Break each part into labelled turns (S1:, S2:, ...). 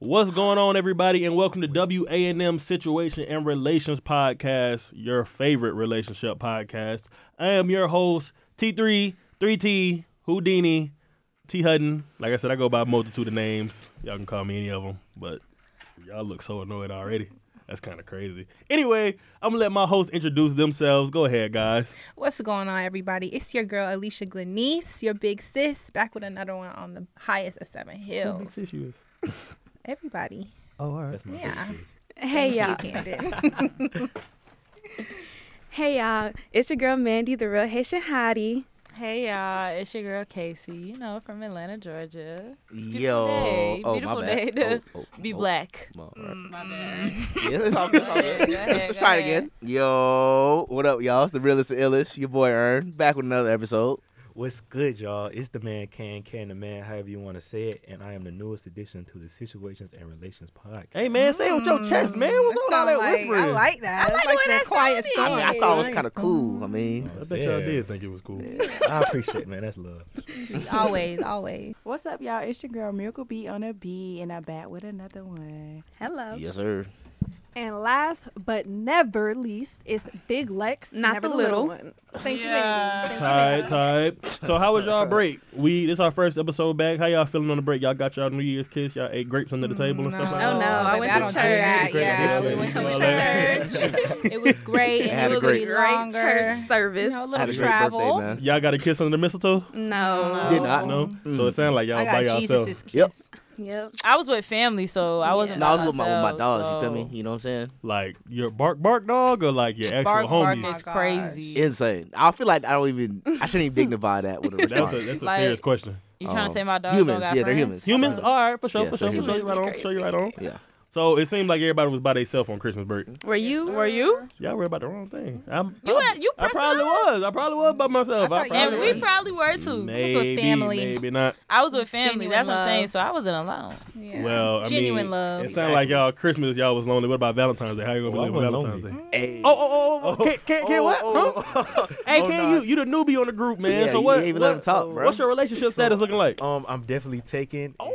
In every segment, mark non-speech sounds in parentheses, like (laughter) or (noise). S1: What's going on, everybody, and welcome to WAM Situation and Relations Podcast, your favorite relationship podcast. I am your host, T3, 3T, Houdini, T Hutton. Like I said, I go by a multitude of names. Y'all can call me any of them, but y'all look so annoyed already. That's kind of crazy. Anyway, I'm gonna let my hosts introduce themselves. Go ahead, guys.
S2: What's going on, everybody? It's your girl Alicia Glenice, your big sis, back with another one on the highest of Seven
S3: (laughs)
S2: Hills. Everybody,
S1: Oh, all right.
S4: That's my
S2: Yeah.
S4: yeah.
S5: Hey y'all.
S2: you (laughs) Camden.
S5: Hey y'all. It's your girl Mandy, the real Haitian hottie.
S6: Hey y'all, it's your girl Casey, you know, from Atlanta, Georgia.
S4: Yo.
S6: day.
S4: Oh,
S6: Beautiful
S4: my bad.
S6: day to
S4: Oh, oh,
S6: Be
S4: oh.
S6: black.
S4: My bad.
S6: My bad.
S4: Yeah, it's all good. It's all
S6: Go ahead,
S4: good. Let's,
S6: go ahead,
S4: let's
S6: go (laughs)
S4: try it
S6: ahead.
S4: again. Yo, what up, y'all? It's the realest and illest. Your boy Earn back with another episode.
S7: What's good, y'all? It's the man Can Can, the man, however you want to say it, and I am the newest addition to the Situations and Relations podcast.
S1: Hey man, say it with your chest, man. What's on all that
S2: like,
S1: whispering?
S2: I like that. I like,
S5: when
S2: that
S5: that
S2: quiet
S5: sounded.
S2: storm.
S4: I mean, I thought it was kind of cool. I mean,
S1: I bet y'all did think it was cool.
S7: I appreciate, it, man. That's love.
S2: always, (laughs) always.
S8: What's up, y'all? It's your girl Miracle B on a B, and I'm back with another one.
S5: Hello.
S4: yes, sir.
S3: And last but never least is Big Lex,
S5: Not
S3: never
S5: the
S3: the little,
S5: little.
S3: one. Thank
S6: Yeah.
S3: you, Mandy. Thank you,
S1: Tight,
S3: Mandy.
S1: tight. So how was y'all break? We this our first episode back. How y'all feeling on the break? Y'all got y'all New Year's kiss. Y'all ate grapes under the table and stuff like
S5: Oh, no.
S1: that.
S5: I
S2: baby,
S5: went
S2: I
S5: to
S2: don't do
S5: church.
S2: that.
S7: Great
S2: Yeah, we
S7: initiative.
S2: went to
S1: All
S4: (laughs)
S2: church. (laughs) it was great,
S4: I had
S2: and
S4: a
S2: it was
S4: great-
S2: be
S5: Great
S2: longer.
S5: church service.
S2: You know, a
S4: I had
S2: little
S4: a great
S2: travel.
S4: birthday, man.
S1: Y'all got a kiss under the mistletoe?
S5: no.
S4: Did not.
S1: No. So it sounded like y'all
S2: I
S1: was by
S2: got
S1: yourself.
S2: Jesus' kiss.
S4: Yep.
S5: Yep.
S6: I was with family, so I wasn't.
S4: No, I was
S6: by
S4: with my, with my
S6: myself,
S4: dogs. You feel me?
S6: so
S4: You know what I'm saying?
S1: Like your bark bark dog or like your actual
S6: Bark bark
S1: homies?
S6: is
S2: gosh.
S6: crazy.
S4: Insane. I feel like I don't even. I shouldn't even dignify
S1: (laughs)
S4: that with a response.
S1: that's a that's a
S6: Like-
S1: serious question.
S6: you trying
S4: Um,
S6: to say my dogs
S4: humans,
S6: don't got
S4: yeah, they're humans.
S6: friends?
S1: Humans,
S4: Uh,
S1: all right, for sure,
S4: yeah,
S1: for
S4: so
S1: sure, for sure.
S4: humans
S1: You right
S5: is
S1: on, for sure, you right on.
S4: yeah.
S1: So it seemed like everybody was by themselves on Christmas break.
S5: Were you?
S6: Were you?
S1: Y'all were about the wrong thing. I'm,
S6: You had- you
S1: I probably
S6: pressing
S1: was. I probably was by myself. I,
S2: thought you
S1: probably
S6: And
S2: were.
S1: was.
S6: we probably were too.
S1: maybe,
S2: family.
S1: maybe not.
S6: I was with family.
S2: Genuine
S6: That's what I'm saying.
S2: love.
S6: So I wasn't alone.
S2: Yeah.
S1: Well, I
S2: Genuine
S1: mean,
S2: love.
S1: It sounded like y'all Christmas, y'all was lonely. What about Valentine's Day? How you gonna
S7: Oh, I
S1: be live with
S7: wasn't
S1: Valentine's
S7: lonely.
S1: Day?
S4: Hey.
S1: Oh, (laughs) oh, oh, oh. can't, can't, can't what? Huh? Hey,
S7: Oh,
S1: can't
S7: nah.
S1: you? You the newbie on the group, man.
S4: Yeah,
S1: so
S4: you
S1: what?
S4: didn't even
S1: what-
S4: let him talk, bro.
S1: What's your relationship status looking like?
S7: Um, I'm definitely taking.
S1: Oh.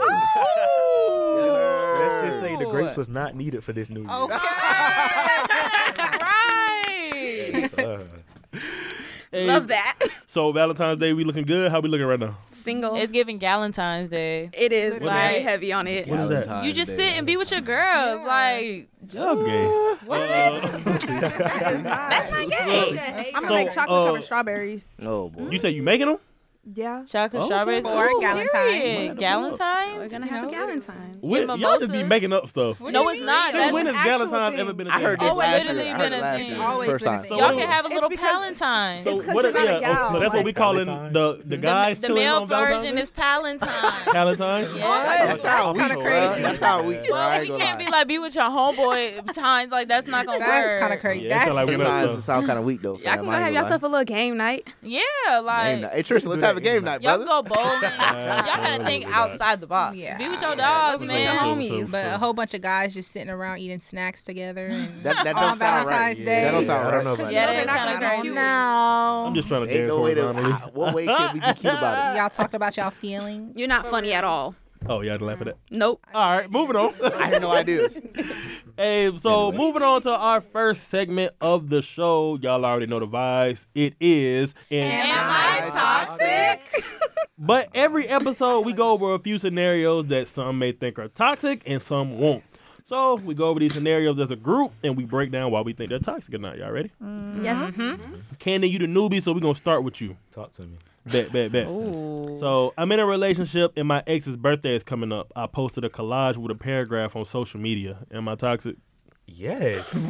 S4: Yes, sir.
S7: Let's just say the grapes was not needed for this new year.
S6: Okay. (laughs) (laughs) right.
S7: Yes, uh, sir.
S1: Hey,
S5: Love that.
S1: So Valentine's Day, we looking good. How we looking right now?
S5: Single.
S6: It's giving Galentine's Day.
S5: It is
S6: Literally.
S5: very heavy on it.
S1: What is that?
S4: Valentine's
S6: You just
S4: Day.
S6: sit and be with your girls. Like
S1: Y'all gay.
S6: what?
S1: Uh,
S3: That
S1: (laughs)
S3: is not. I'm gonna
S1: So,
S3: make chocolate
S1: uh,
S3: covered strawberries.
S4: Oh boy.
S1: you say you making them?
S3: Yeah.
S6: Chocolate
S1: Oh, Okay.
S6: strawberries
S2: Or
S6: Ooh,
S2: Galentine's.
S6: period.
S5: We're
S6: Galentine's.
S5: gonna have a Galentine.
S1: Wait, y'all just be
S6: mimosas.
S1: making up stuff.
S6: No, it's not.
S3: So
S1: Since
S6: That's-
S1: when has
S3: an actual
S1: Galentine's
S3: thing.
S1: ever been a
S4: I
S1: thing?
S4: heard this
S6: Oh, it
S4: last
S6: literally
S4: year. I
S6: been
S4: heard
S6: a
S4: it last
S6: thing.
S4: year.
S3: Always
S4: First
S3: been a
S4: time.
S3: thing.
S1: So
S6: Y'all
S1: what-
S6: can have a
S3: It's
S6: little
S3: because you're not a
S6: Palentine.
S3: gal.
S1: So
S3: It's 'cause
S1: what?
S3: you're not a
S1: yeah,
S3: gal.
S1: so that's what we
S3: Like-
S1: calling the the guys
S6: the, the
S1: chilling
S6: male
S1: on Valentine's
S6: version
S1: Day? (laughs)
S6: is Palentine.
S1: Valentine's.
S6: yeah.
S3: That's how
S4: kinda
S3: kinda
S4: bruh.
S3: crazy.
S4: That's how we. bro. I
S6: Well,
S4: ain't
S6: you
S4: gonna
S6: can't
S4: lie.
S6: be like be with your homeboy times like that's not gonna
S2: That's
S6: work.
S2: kind of crazy.
S1: Yeah, it
S2: That's
S1: sound like we know
S4: Sometimes it
S1: stuff.
S4: sound kind of weak though.
S5: Y'all
S4: fam.
S5: can go
S4: I ain't
S5: have
S4: gonna
S5: yourself a little game night.
S6: Yeah,
S4: lie. Game night. Hey
S6: like
S4: Tristan, let's have a game night,
S6: y'all
S4: brother.
S6: can go bowling. y'all gotta think outside the box.
S2: Yeah.
S6: Be with your dogs,
S5: Be with your
S6: man.
S5: homies.
S2: But a whole bunch of guys just sitting around eating snacks together. And
S4: That, that
S2: on
S4: don't sound right.
S2: Valentine's
S7: Yeah,
S2: Day.
S4: That don't sound
S7: I
S4: right.
S7: don't know about
S3: Because
S6: Yeah,
S3: you know
S6: that
S3: they're
S6: is
S3: not
S6: kinda
S3: gonna be
S6: crazy.
S3: cute.
S1: I'm
S2: No.
S1: just trying to
S4: Ain't
S1: dance
S4: no way to.
S1: horizontally.
S4: ah, What way can we be cute about it?
S2: Y'all talked about y'all feelings.
S5: You're not funny at all.
S1: Oh, y'all didn't laugh at that.
S5: Nope.
S1: All right, moving on.
S4: I had no idea.
S1: (laughs) Hey, so
S4: Anyway.
S1: moving on to our first segment of the show, y'all already know the vibes. It is, and,
S6: Am I toxic?
S1: but every episode we go over a few scenarios that some may think are toxic and some won't. So we go over these scenarios as a group and we break down why we think they're toxic or not. Y'all ready?
S5: Yes.
S1: Candy, you the newbie, so we're gonna start with you.
S7: Talk to me.
S1: Bet, bet, bet.
S6: Ooh.
S1: So I'm in a relationship and my ex's birthday is coming up. I posted a collage with a paragraph on social media. Am I toxic?
S7: Yes.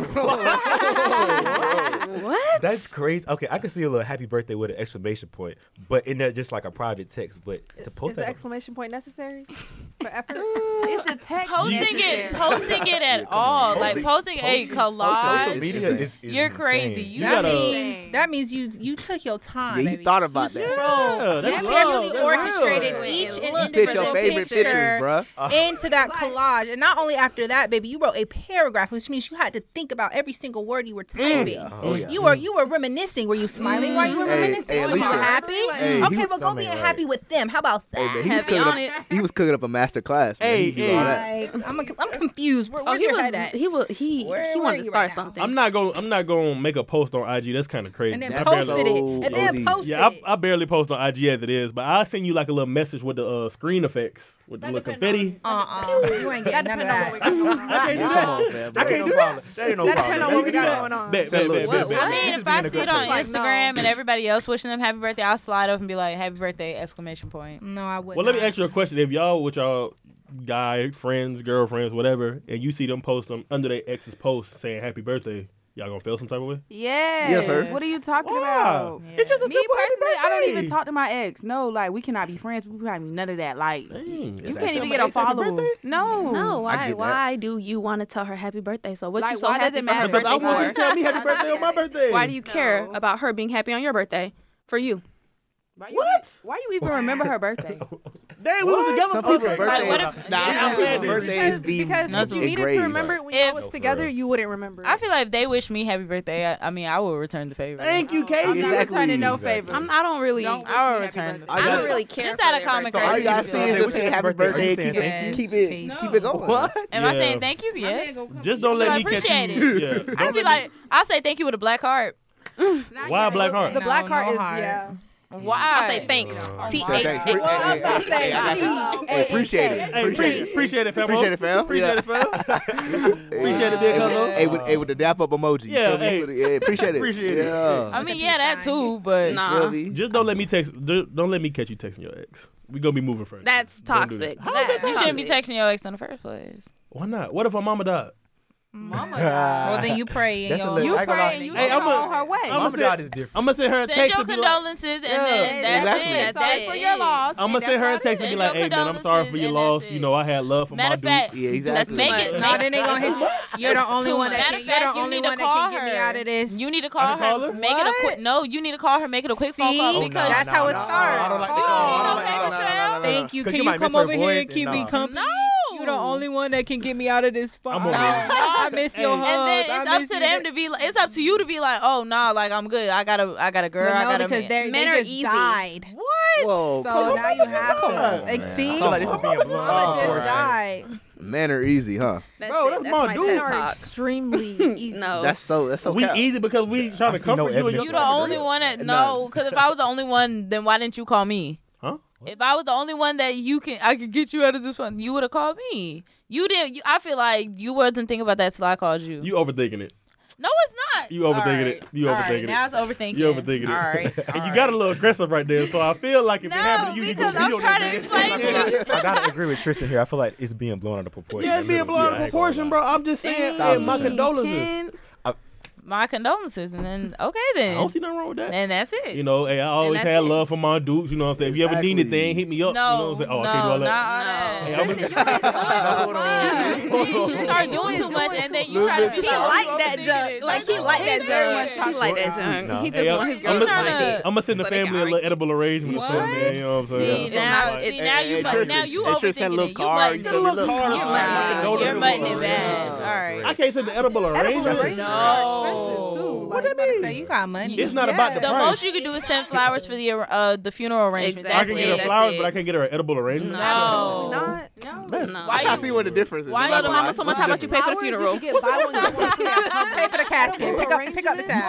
S5: What?
S7: That's crazy. Okay, I can see a little happy birthday with an exclamation point, but in there just like a private text. But to post
S3: Is the
S7: that,
S3: exclamation
S8: (laughs)
S3: point necessary for effort?
S8: Uh,
S5: Mm-hmm.
S3: it's the text.
S6: Posting it, posting it at all, like posting a
S7: social
S6: collage.
S7: media is, is
S6: You're crazy.
S7: insane.
S6: You
S1: You
S2: That
S1: gotta-
S2: means that means you you took your time.
S4: Yeah,
S2: baby.
S4: you thought about that.
S1: Yeah, that's
S2: That
S1: love.
S2: means you
S1: That's
S2: orchestrated
S1: real.
S2: each and
S4: You fit your
S2: individual
S4: favorite
S2: picture
S4: pictures, bruh.
S2: into that collage, and not only after that, baby, you wrote a paragraph, which means you had to think about every single word you were typing.
S4: Oh, yeah.
S2: You were you were reminiscing. Were you smiling while you were
S4: Hey,
S2: reminiscing?
S4: hey,
S2: were you
S4: Alicia.
S2: happy?
S4: Hey, he
S2: okay,
S4: was-
S2: well go
S7: something
S2: be
S7: ain't right.
S2: happy with them. How about that?
S4: Hey, man, he was cooking up. He was cooking up a master class. Man.
S1: Hey,
S4: He do
S1: hey.
S4: all that.
S2: Like, I'm, I'm confused. Where,
S9: Oh,
S2: where's
S9: he
S2: your
S9: was.
S2: head at?
S9: He was. He
S2: Where-
S9: he
S2: where
S9: wanted
S2: are
S9: to
S2: you
S9: start
S2: right now?
S9: something.
S1: I'm not gonna I'm not gonna make a post on IG. That's kind of crazy.
S2: and then
S1: I barely-
S4: That's
S2: posted it,
S4: so
S2: and then
S4: OD.
S2: posted
S1: yeah,
S2: it.
S1: I, I barely post on IG as it is, but I'll send you like a little message with the uh, screen effects with the little confetti.
S2: uh uh, you ain't getting none of
S8: (laughs)
S2: that.
S1: I can't do
S4: Come
S1: that.
S4: on, fam.
S7: I
S4: bro.
S7: can't do that. That ain't no problem.
S3: That depends on
S1: Let
S3: what
S1: me do
S3: we got
S1: that.
S3: going on.
S1: Bet,
S4: Send a
S1: bet, bet, bet,
S4: little bit.
S1: bet.
S6: I mean,
S7: Just
S6: if
S7: being
S6: I
S7: a good
S6: see it on
S7: person.
S3: Like, no.
S6: Instagram and everybody else wishing them happy birthday, I'll slide up and be like, "Happy birthday!" Exclamation point.
S2: No, I wouldn't.
S1: Well, let me ask you a question. If y'all with y'all guy friends, girlfriends, whatever, and you see them post them under their ex's post saying happy birthday, y'all gonna feel some type of way?
S8: Yes.
S4: sir.
S8: What are you talking
S1: Wow.
S8: about?
S1: It's just a
S8: Me
S1: simple happy
S8: personally, I don't even
S1: birthday.
S8: talk to my ex. No, like we cannot be friends. We probably none of that. Like
S1: Dang.
S8: you
S4: Exactly.
S8: can't even get a
S1: Somebody said happy
S8: follower.
S1: birthday?
S8: No.
S9: No,
S4: get
S9: why?
S4: that.
S9: Why do you want to tell her happy birthday? So what
S8: Like,
S9: you so
S8: why does
S9: happy
S8: it
S9: for
S8: matter?
S9: her
S1: Because I
S9: birthday
S1: want you to
S9: for?
S1: tell me happy birthday on my birthday.
S9: Why do you care
S8: No.
S9: about her being happy on your birthday? For you,
S8: Why you,
S1: What?
S8: Why you even remember her birthday?
S1: Dang, we was together
S4: Some
S1: for
S4: people's
S1: okay.
S4: birthdays.
S6: what if-
S4: Nah,
S6: Yeah.
S4: some people's
S1: Because-
S4: birthdays
S3: Because,
S4: be
S3: because if you needed to
S4: engraved.
S3: remember it when y'all
S6: If-
S3: was together, you wouldn't remember.
S6: I feel like if they wish me happy birthday, I, I mean, I will return the favor.
S1: Thank you, Casey.
S8: I'm not
S4: Exactly.
S8: returning no
S7: Exactly.
S8: favor.
S9: I'm. I don't really.
S8: Don't wish
S9: I,
S6: I will
S8: me happy
S6: return.
S8: birthday.
S4: I got-
S9: don't really care.
S6: Just
S9: for
S6: out of
S9: their
S6: common
S9: birthday.
S4: So all
S6: courtesy.
S4: y'all saying is just
S7: Happy
S4: say happy
S7: birthday. Are you
S4: birthday and
S7: saying
S4: keep it, keep
S6: thank you?
S4: it,
S6: Yes.
S4: keep it going. What?
S6: Am
S1: Yeah.
S6: I saying thank you? Yes.
S1: Just don't let
S6: I
S1: me catch
S6: appreciate
S1: you. Yeah.
S6: I'd be like, I'll say thank you with a black heart.
S8: Not
S1: Why
S8: yet.
S1: black heart?
S3: the
S2: No,
S3: black heart
S2: no
S3: is
S2: heart.
S3: yeah.
S6: Why?
S9: I say thanks. T H
S4: Thanks. Pre-
S9: X.
S4: hey, hey, hey, hey, I got you. Hey, (laughs) Appreciate it.
S1: Hey,
S4: Appreciate
S1: pre-
S4: it.
S1: appreciate it, fam.
S4: Appreciate it, fam.
S1: Appreciate
S4: Yeah.
S1: it, fam. (laughs)
S4: Appreciate
S1: it, big
S6: hello.
S4: Hey, with, hey, with the dap up emoji. you
S1: Yeah,
S4: feel me?
S1: hey.
S4: With the- yeah, appreciate it.
S1: Appreciate it.
S4: yeah.
S6: I mean, yeah, that
S2: peace
S6: too, but
S9: Nah.
S4: Feel me?
S1: Just don't let me text. Don't let me catch you texting your ex. We gonna be moving further.
S9: That's
S1: Don't do
S9: toxic.
S1: that.
S9: That's
S6: you shouldn't be
S9: toxic.
S6: texting your ex in the first place.
S1: Why not? What if her mama died?
S2: well, then you pray and
S7: That's a
S2: you'll.
S7: little-
S8: You
S7: I ain't gonna
S8: pray
S7: lie.
S8: and you
S1: Hey,
S8: hey,
S1: I'm a-
S8: on her way.
S1: I'm
S7: Mama
S1: gonna
S7: dad is different.
S1: I'm gonna send her a
S6: Send
S1: text
S6: your
S1: and be like,
S6: condolences and
S1: Yeah.
S6: then that's
S4: Exactly.
S6: it.
S8: Sorry
S6: That's
S8: for
S6: it.
S8: your loss.
S1: I'm gonna
S8: and
S1: send her a
S8: that's
S1: text and be
S6: Send
S1: like,
S6: your
S1: hey man, I'm sorry for your
S6: condolences
S1: loss.
S6: and
S1: You know, I had love for
S6: Matter
S1: my
S6: of fact,
S1: dude.
S4: Yeah, exactly.
S9: make
S6: make
S9: it-
S6: it.
S2: No, then they gonna hit you. You're the only
S9: too
S2: one that
S9: much.
S2: can,
S6: Matter of
S2: you're
S6: fact,
S2: the
S6: you
S2: only
S6: need to
S2: one that
S6: call
S2: can get
S6: her.
S2: me out of this.
S6: You need to
S1: I
S6: call
S1: can
S6: her.
S1: call her?
S6: Make it a quick. No, you need to call her. Make it a quick phone
S2: See?
S6: call because
S2: That's how it starts.
S7: I don't like the
S2: Oh,
S7: call. I don't
S2: no
S7: like the
S6: paper
S7: call. No, no, no, no, no.
S2: Thank you.
S7: 'Cause
S2: Can
S7: you
S2: you,
S7: might miss
S2: come
S7: her
S2: over here
S7: voice
S2: and keep me
S7: nah.
S2: company?
S6: No.
S2: You're the only one that can get me out of this funk.
S1: over it.
S2: (laughs) I miss your hugs.
S6: And then
S2: I
S6: it's
S2: miss
S6: up to
S2: you.
S6: them to be. like It's up to you to be like, oh nah, like I'm good. I got a, I got a girl.
S2: But
S6: I
S2: no,
S6: got a
S2: because
S6: man.
S9: Men
S2: they're- they
S9: are
S2: just
S9: easy.
S2: died.
S6: What?
S4: Whoa,
S2: So now you have
S1: come
S2: to.
S1: on,
S2: Like, see,
S7: I feel like this is being blown
S2: Mama
S7: out of
S2: just
S7: proportion.
S2: died.
S4: men are easy, huh?
S9: That's
S1: Bro,
S9: it.
S1: that's
S9: That's
S1: my
S9: my
S1: dude.
S9: TED
S3: Men are
S9: talk.
S1: (laughs)
S3: extremely easy.
S9: No,
S4: That's so. That's so.
S1: we
S4: cap.
S1: easy because we trying to
S7: I see no
S1: comfort you. and
S7: evidence
S1: your
S6: You
S7: of
S6: the
S7: that.
S6: only one that no, because if I was the only one, then why didn't you call me?
S1: Huh?
S6: If I was the only one that you can, I could get you out of this one. You would have called me. You didn't. You, I feel like you wasn't thinking about that till I called you.
S1: You overthinking it.
S6: no, it's not.
S1: You
S6: All
S1: overthinking it. You
S6: All
S1: overthinking it.
S6: Now it's overthinking.
S1: You overthinking it.
S6: All right.
S1: (laughs) And you got a little aggressive right there, so I feel like if it
S6: No,
S1: happened to you, you
S6: because
S1: gonna be
S6: I'm
S1: on
S6: trying
S1: that
S6: to
S1: man.
S6: explain to you.
S7: I gotta agree with Tristan here. I feel like it's being blown out of proportion.
S1: Yeah,
S7: a
S1: it's being
S7: little
S1: blown out
S7: bit.
S1: of
S7: I ain't gonna
S1: proportion,
S7: lie.
S1: bro. I'm just saying, hey, my condolences.
S6: My condolences, and then okay
S1: I
S6: then,
S1: don't see nothing wrong with that.
S6: and that's it.
S1: You know, hey, I always
S9: that's
S1: had
S9: it.
S1: love for my dudes. You know what I'm saying? If you ever need
S4: Exactly.
S1: anything, hit me up.
S6: no,
S1: you know what I'm saying? Oh,
S6: no,
S1: I can't do all that.
S6: not all
S1: Hey,
S6: that.
S1: I'm gonna-
S6: You start doing too much, and then you try to
S4: He
S6: be like
S9: like that junk. Like he like that junk. He like that junk.
S7: Nah.
S9: He just
S1: Hey,
S9: want
S1: I'm,
S9: his girl to like
S1: gonna,
S9: it.
S1: I'm gonna send the
S9: So they
S1: family a
S9: got
S1: little edible arrangement
S6: What?
S1: for them, man. You know what I'm saying?
S9: See,
S1: So I'm
S6: now,
S1: like-
S6: see, now you,
S4: Hey,
S6: but
S4: Tristan-
S6: now you
S4: hey,
S6: overthinking
S4: Tristan,
S6: it.
S4: little
S6: You
S4: car,
S6: button-
S4: you said little car.
S6: You're
S1: Nah,
S6: buttoning,
S1: condolences
S6: you're
S1: is
S6: buttoning
S1: low.
S6: bad. All
S7: Yeah.
S6: right.
S1: I can't send the edible
S3: Edible
S1: arrangement.
S3: arrangements are expensive too.
S6: No.
S3: Like,
S6: What
S3: you
S2: I
S3: gotta
S2: say
S3: say-
S2: you got money.
S1: It's not about the
S6: The
S1: price.
S2: (laughs)
S6: most you could do is send flowers for the uh, the funeral arrangement.
S1: I
S9: Exactly.
S1: can
S6: That's
S1: get
S6: it.
S1: her
S9: that's
S1: flowers,
S9: it.
S1: but I can't get her an edible arrangement.
S6: No.
S3: Absolutely not.
S1: That's-
S9: No.
S6: Why
S4: I'm trying to see what the difference is.
S6: Why
S4: I'm
S6: you
S4: not
S6: love
S4: gonna
S6: mama
S4: lie.
S9: so much? How much you pay for the
S3: Flowers,
S9: funeral?
S3: You can get buy one, get one
S1: (laughs)
S3: free.
S2: Pay for the casket. Pick up, pick up the
S4: You
S3: Arrangements?
S4: can
S2: tab.
S4: make an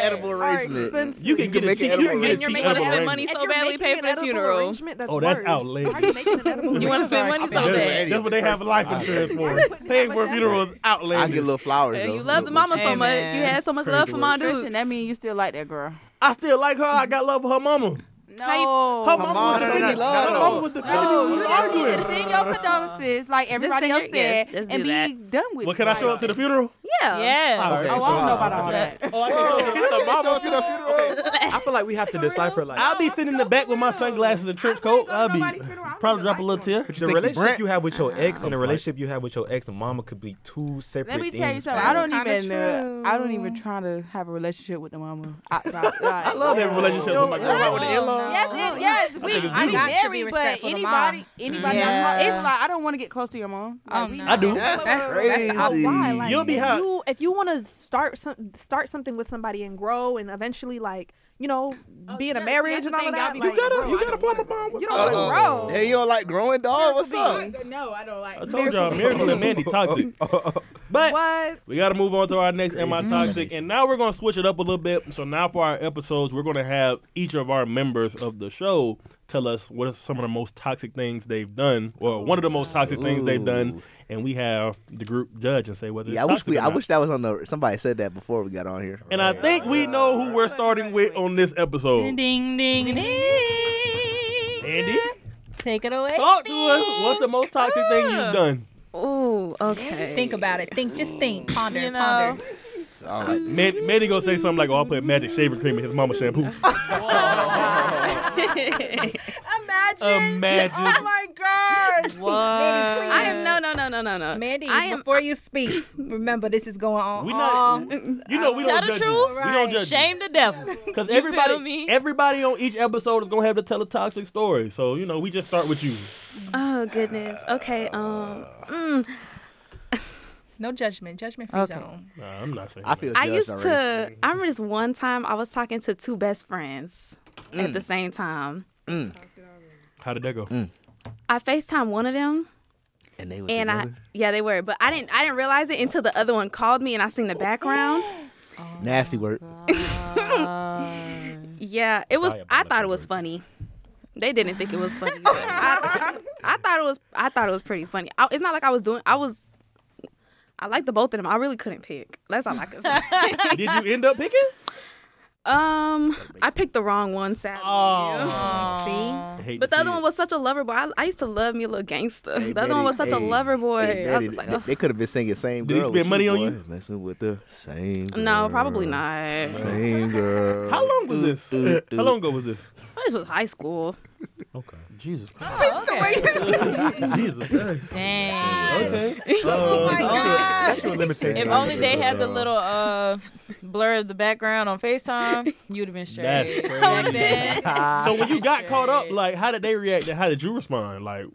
S6: Alright.
S4: edible
S3: Are
S4: arrangement.
S3: expensive.
S1: You can
S4: You
S1: get
S4: can
S1: a
S4: make
S1: cheap,
S4: an
S1: you can get a
S9: arrangement.
S1: cheap edible
S4: edible
S9: You're making
S1: arrangement.
S9: money
S3: If
S9: so
S3: you're
S9: badly,
S3: making
S9: pay
S3: an
S9: for the
S3: edible
S9: funeral.
S3: arrangement, that's
S1: Oh, that's
S3: worse.
S1: outlandish.
S3: How are you making an edible
S9: You want to
S3: arrangement?
S9: spend money so
S4: Sorry.
S9: bad.
S1: That's, that's what they have life insurance for.
S3: putting
S1: Paying
S3: that
S1: for
S3: much
S1: funerals outlandish.
S4: I get little flowers.
S9: And
S4: though.
S9: You love the
S4: Little-
S9: mama so
S6: Amen.
S9: much. You had so much
S1: Crazy
S9: love for my dude.
S8: Tristan, that mean you still like that girl.
S1: I still like her. I got love for her mama.
S8: No.
S9: you-
S1: Her
S4: mama
S1: mama
S4: was
S1: was
S4: really
S1: really
S4: loud,
S1: Her
S4: though.
S1: mama was the
S5: Oh,
S8: No,
S1: we
S8: you
S1: was
S8: just need
S1: arguing.
S8: to send your condolences like everybody
S9: send
S8: else
S9: your- yes,
S8: said
S9: let's do
S8: and be
S9: that.
S8: done with
S1: Well,
S8: it.
S1: can I show up to the funeral?
S9: Yeah.
S6: Yeah.
S1: All
S8: Oh, I
S1: right.
S8: don't know about all
S6: Yeah.
S8: that.
S1: Oh, I can show up to
S7: (laughs)
S1: the mama.
S7: I feel like we have to decipher like
S1: I'll be sitting in the back with my sunglasses and trench coat. I'll be probably drop a little tear.
S7: the
S4: think you
S7: relationship
S4: Brent?
S7: you have with your ex and the
S4: sorry.
S7: relationship you have with your ex and mama could be two separate
S8: Let me
S7: things.
S8: tell you something.
S7: man.
S8: I don't
S2: kinda
S8: even. Uh, I don't even try to have a relationship with the mama. Outside, like, I
S1: love that relationship with my girl, like with the in-laws.
S8: Yes, it, yes. We,
S1: think it's
S8: we
S2: beautiful.
S8: married, but
S2: Respectful to mom.
S8: anybody, anybody
S6: Yeah.
S8: I talk, it's like I don't want to get close to your mom. Like,
S2: Oh,
S8: we
S2: no.
S1: I do.
S2: That's-
S4: That's
S2: that's-
S4: crazy.
S2: oh, why?
S8: Like,
S1: You'll be
S8: if
S1: hot.
S8: You
S3: you if you want to start some start something with somebody and grow and eventually like you know be in a
S9: yeah, Oh, see,
S3: marriage
S9: that's
S3: and
S9: the
S3: all of
S9: thing,
S3: that.
S9: y'all be
S3: like,
S9: like,
S1: gotta,
S9: bro,
S1: you
S9: I
S1: gotta
S9: don't
S1: form a bond with
S3: you don't
S1: her.
S3: want to grow.
S4: Hey, you don't like growing, dog? What's up?
S9: No, I don't like.
S1: I told y'all, Miracle and Mandy toxic.
S6: (laughs)
S1: But
S3: What?
S1: we got to move on to our next Am I
S4: Mm-hmm.
S1: Toxic? And now we're going to switch it up a little bit. So now for our episodes, we're going to have each of our members of the show tell us what are some of the most toxic things they've done, or one of the most toxic things they've done. And we have the group judge and say whether
S4: Yeah, I
S1: it's
S4: wish
S1: toxic
S4: we.
S1: or
S4: I
S1: not.
S4: wish that was on the. Somebody said that before we got on here.
S1: And I think we know who we're starting with on this episode.
S6: Ding, ding, ding.
S1: Andy,
S6: Take it away.
S1: talk to us. What's the most toxic thing you've done?
S5: Ooh, okay.
S2: Think about it. Think. Just think. Ponder.
S6: You know.
S2: Ponder.
S4: All right.
S1: Mandy, Mandy gonna say something like, "Oh, I put magic shaving cream in his mama
S6: (laughs)
S1: shampoo."
S2: Imagine.
S1: Imagine.
S2: Oh my gosh.
S6: What?
S2: Mandy, please.
S5: (laughs) I am no, no, no, no, no, no.
S2: Mandy,
S5: I am.
S2: before you speak, remember this is going on.
S1: We not,
S2: all-
S1: you know, we
S6: Tell
S1: don't
S6: the
S1: judge
S6: truth.
S1: you. We don't judge you.
S6: Shame the devil.
S1: Because
S6: You
S1: everybody,
S6: feel me?
S1: everybody on each episode is gonna have to tell a toxic story. So you know, we just start with you.
S5: Oh goodness. Okay. Um, mm,
S2: No judgment. Judgment free
S6: Okay.
S2: zone.
S1: Nah, I'm not saying.
S4: I feel.
S5: I
S4: judged
S5: used
S4: already.
S5: to. I remember this one time I was talking to two best friends at the same time.
S1: How did that go?
S4: Mm.
S5: I Facetime one of them,
S4: And they was
S5: and I
S4: together?
S5: yeah they were, but I didn't I didn't realize it until the other one called me and I seen the background.
S4: nasty work.
S5: Yeah, it was. I
S7: Diabolical
S5: thought it was
S7: word.
S5: funny. They didn't think it
S1: (laughs)
S5: was funny. but I, I thought it was. I thought it was pretty funny. I, it's not like I was doing. I was. I liked the both of them. I really couldn't pick. That's all I
S1: (laughs)
S5: could say.
S1: did you end up picking?
S5: um, I picked the wrong one, sadly.
S2: See?
S1: I hate
S5: But
S1: to
S5: the
S1: see
S5: other
S1: it.
S5: one was such a lover boy. I, I used to love me a little gangster.
S4: Hey,
S5: the other one
S4: Betty,
S5: was such a
S4: hey,
S5: lover boy.
S4: hey,
S5: I
S4: Betty,
S5: was just like, oh.
S4: they,
S5: "Ugh."
S4: they could have been singing same
S1: Did he
S4: girl.
S1: spend
S4: with
S1: money on
S4: boy,
S1: you?
S4: Messing with the same.
S5: "Oh, no,
S4: girl,
S5: probably not. But
S4: Same
S1: (laughs)
S4: girl.
S1: How long was this?
S4: Ooh, ooh,
S1: How long ago was this?
S5: this was high school.
S7: Okay.
S1: Jesus Christ.
S6: (laughs) Okay.
S1: Jesus. Christ.
S6: Dang.
S1: Okay.
S2: Oh my God.
S7: That's your limitation.
S6: If only they had the little uh blur of the background on FaceTime, you'd have been straight.
S1: That's
S6: Back
S1: crazy.
S6: then,
S1: So when you got caught up, like, how did they react and how did you respond? Like,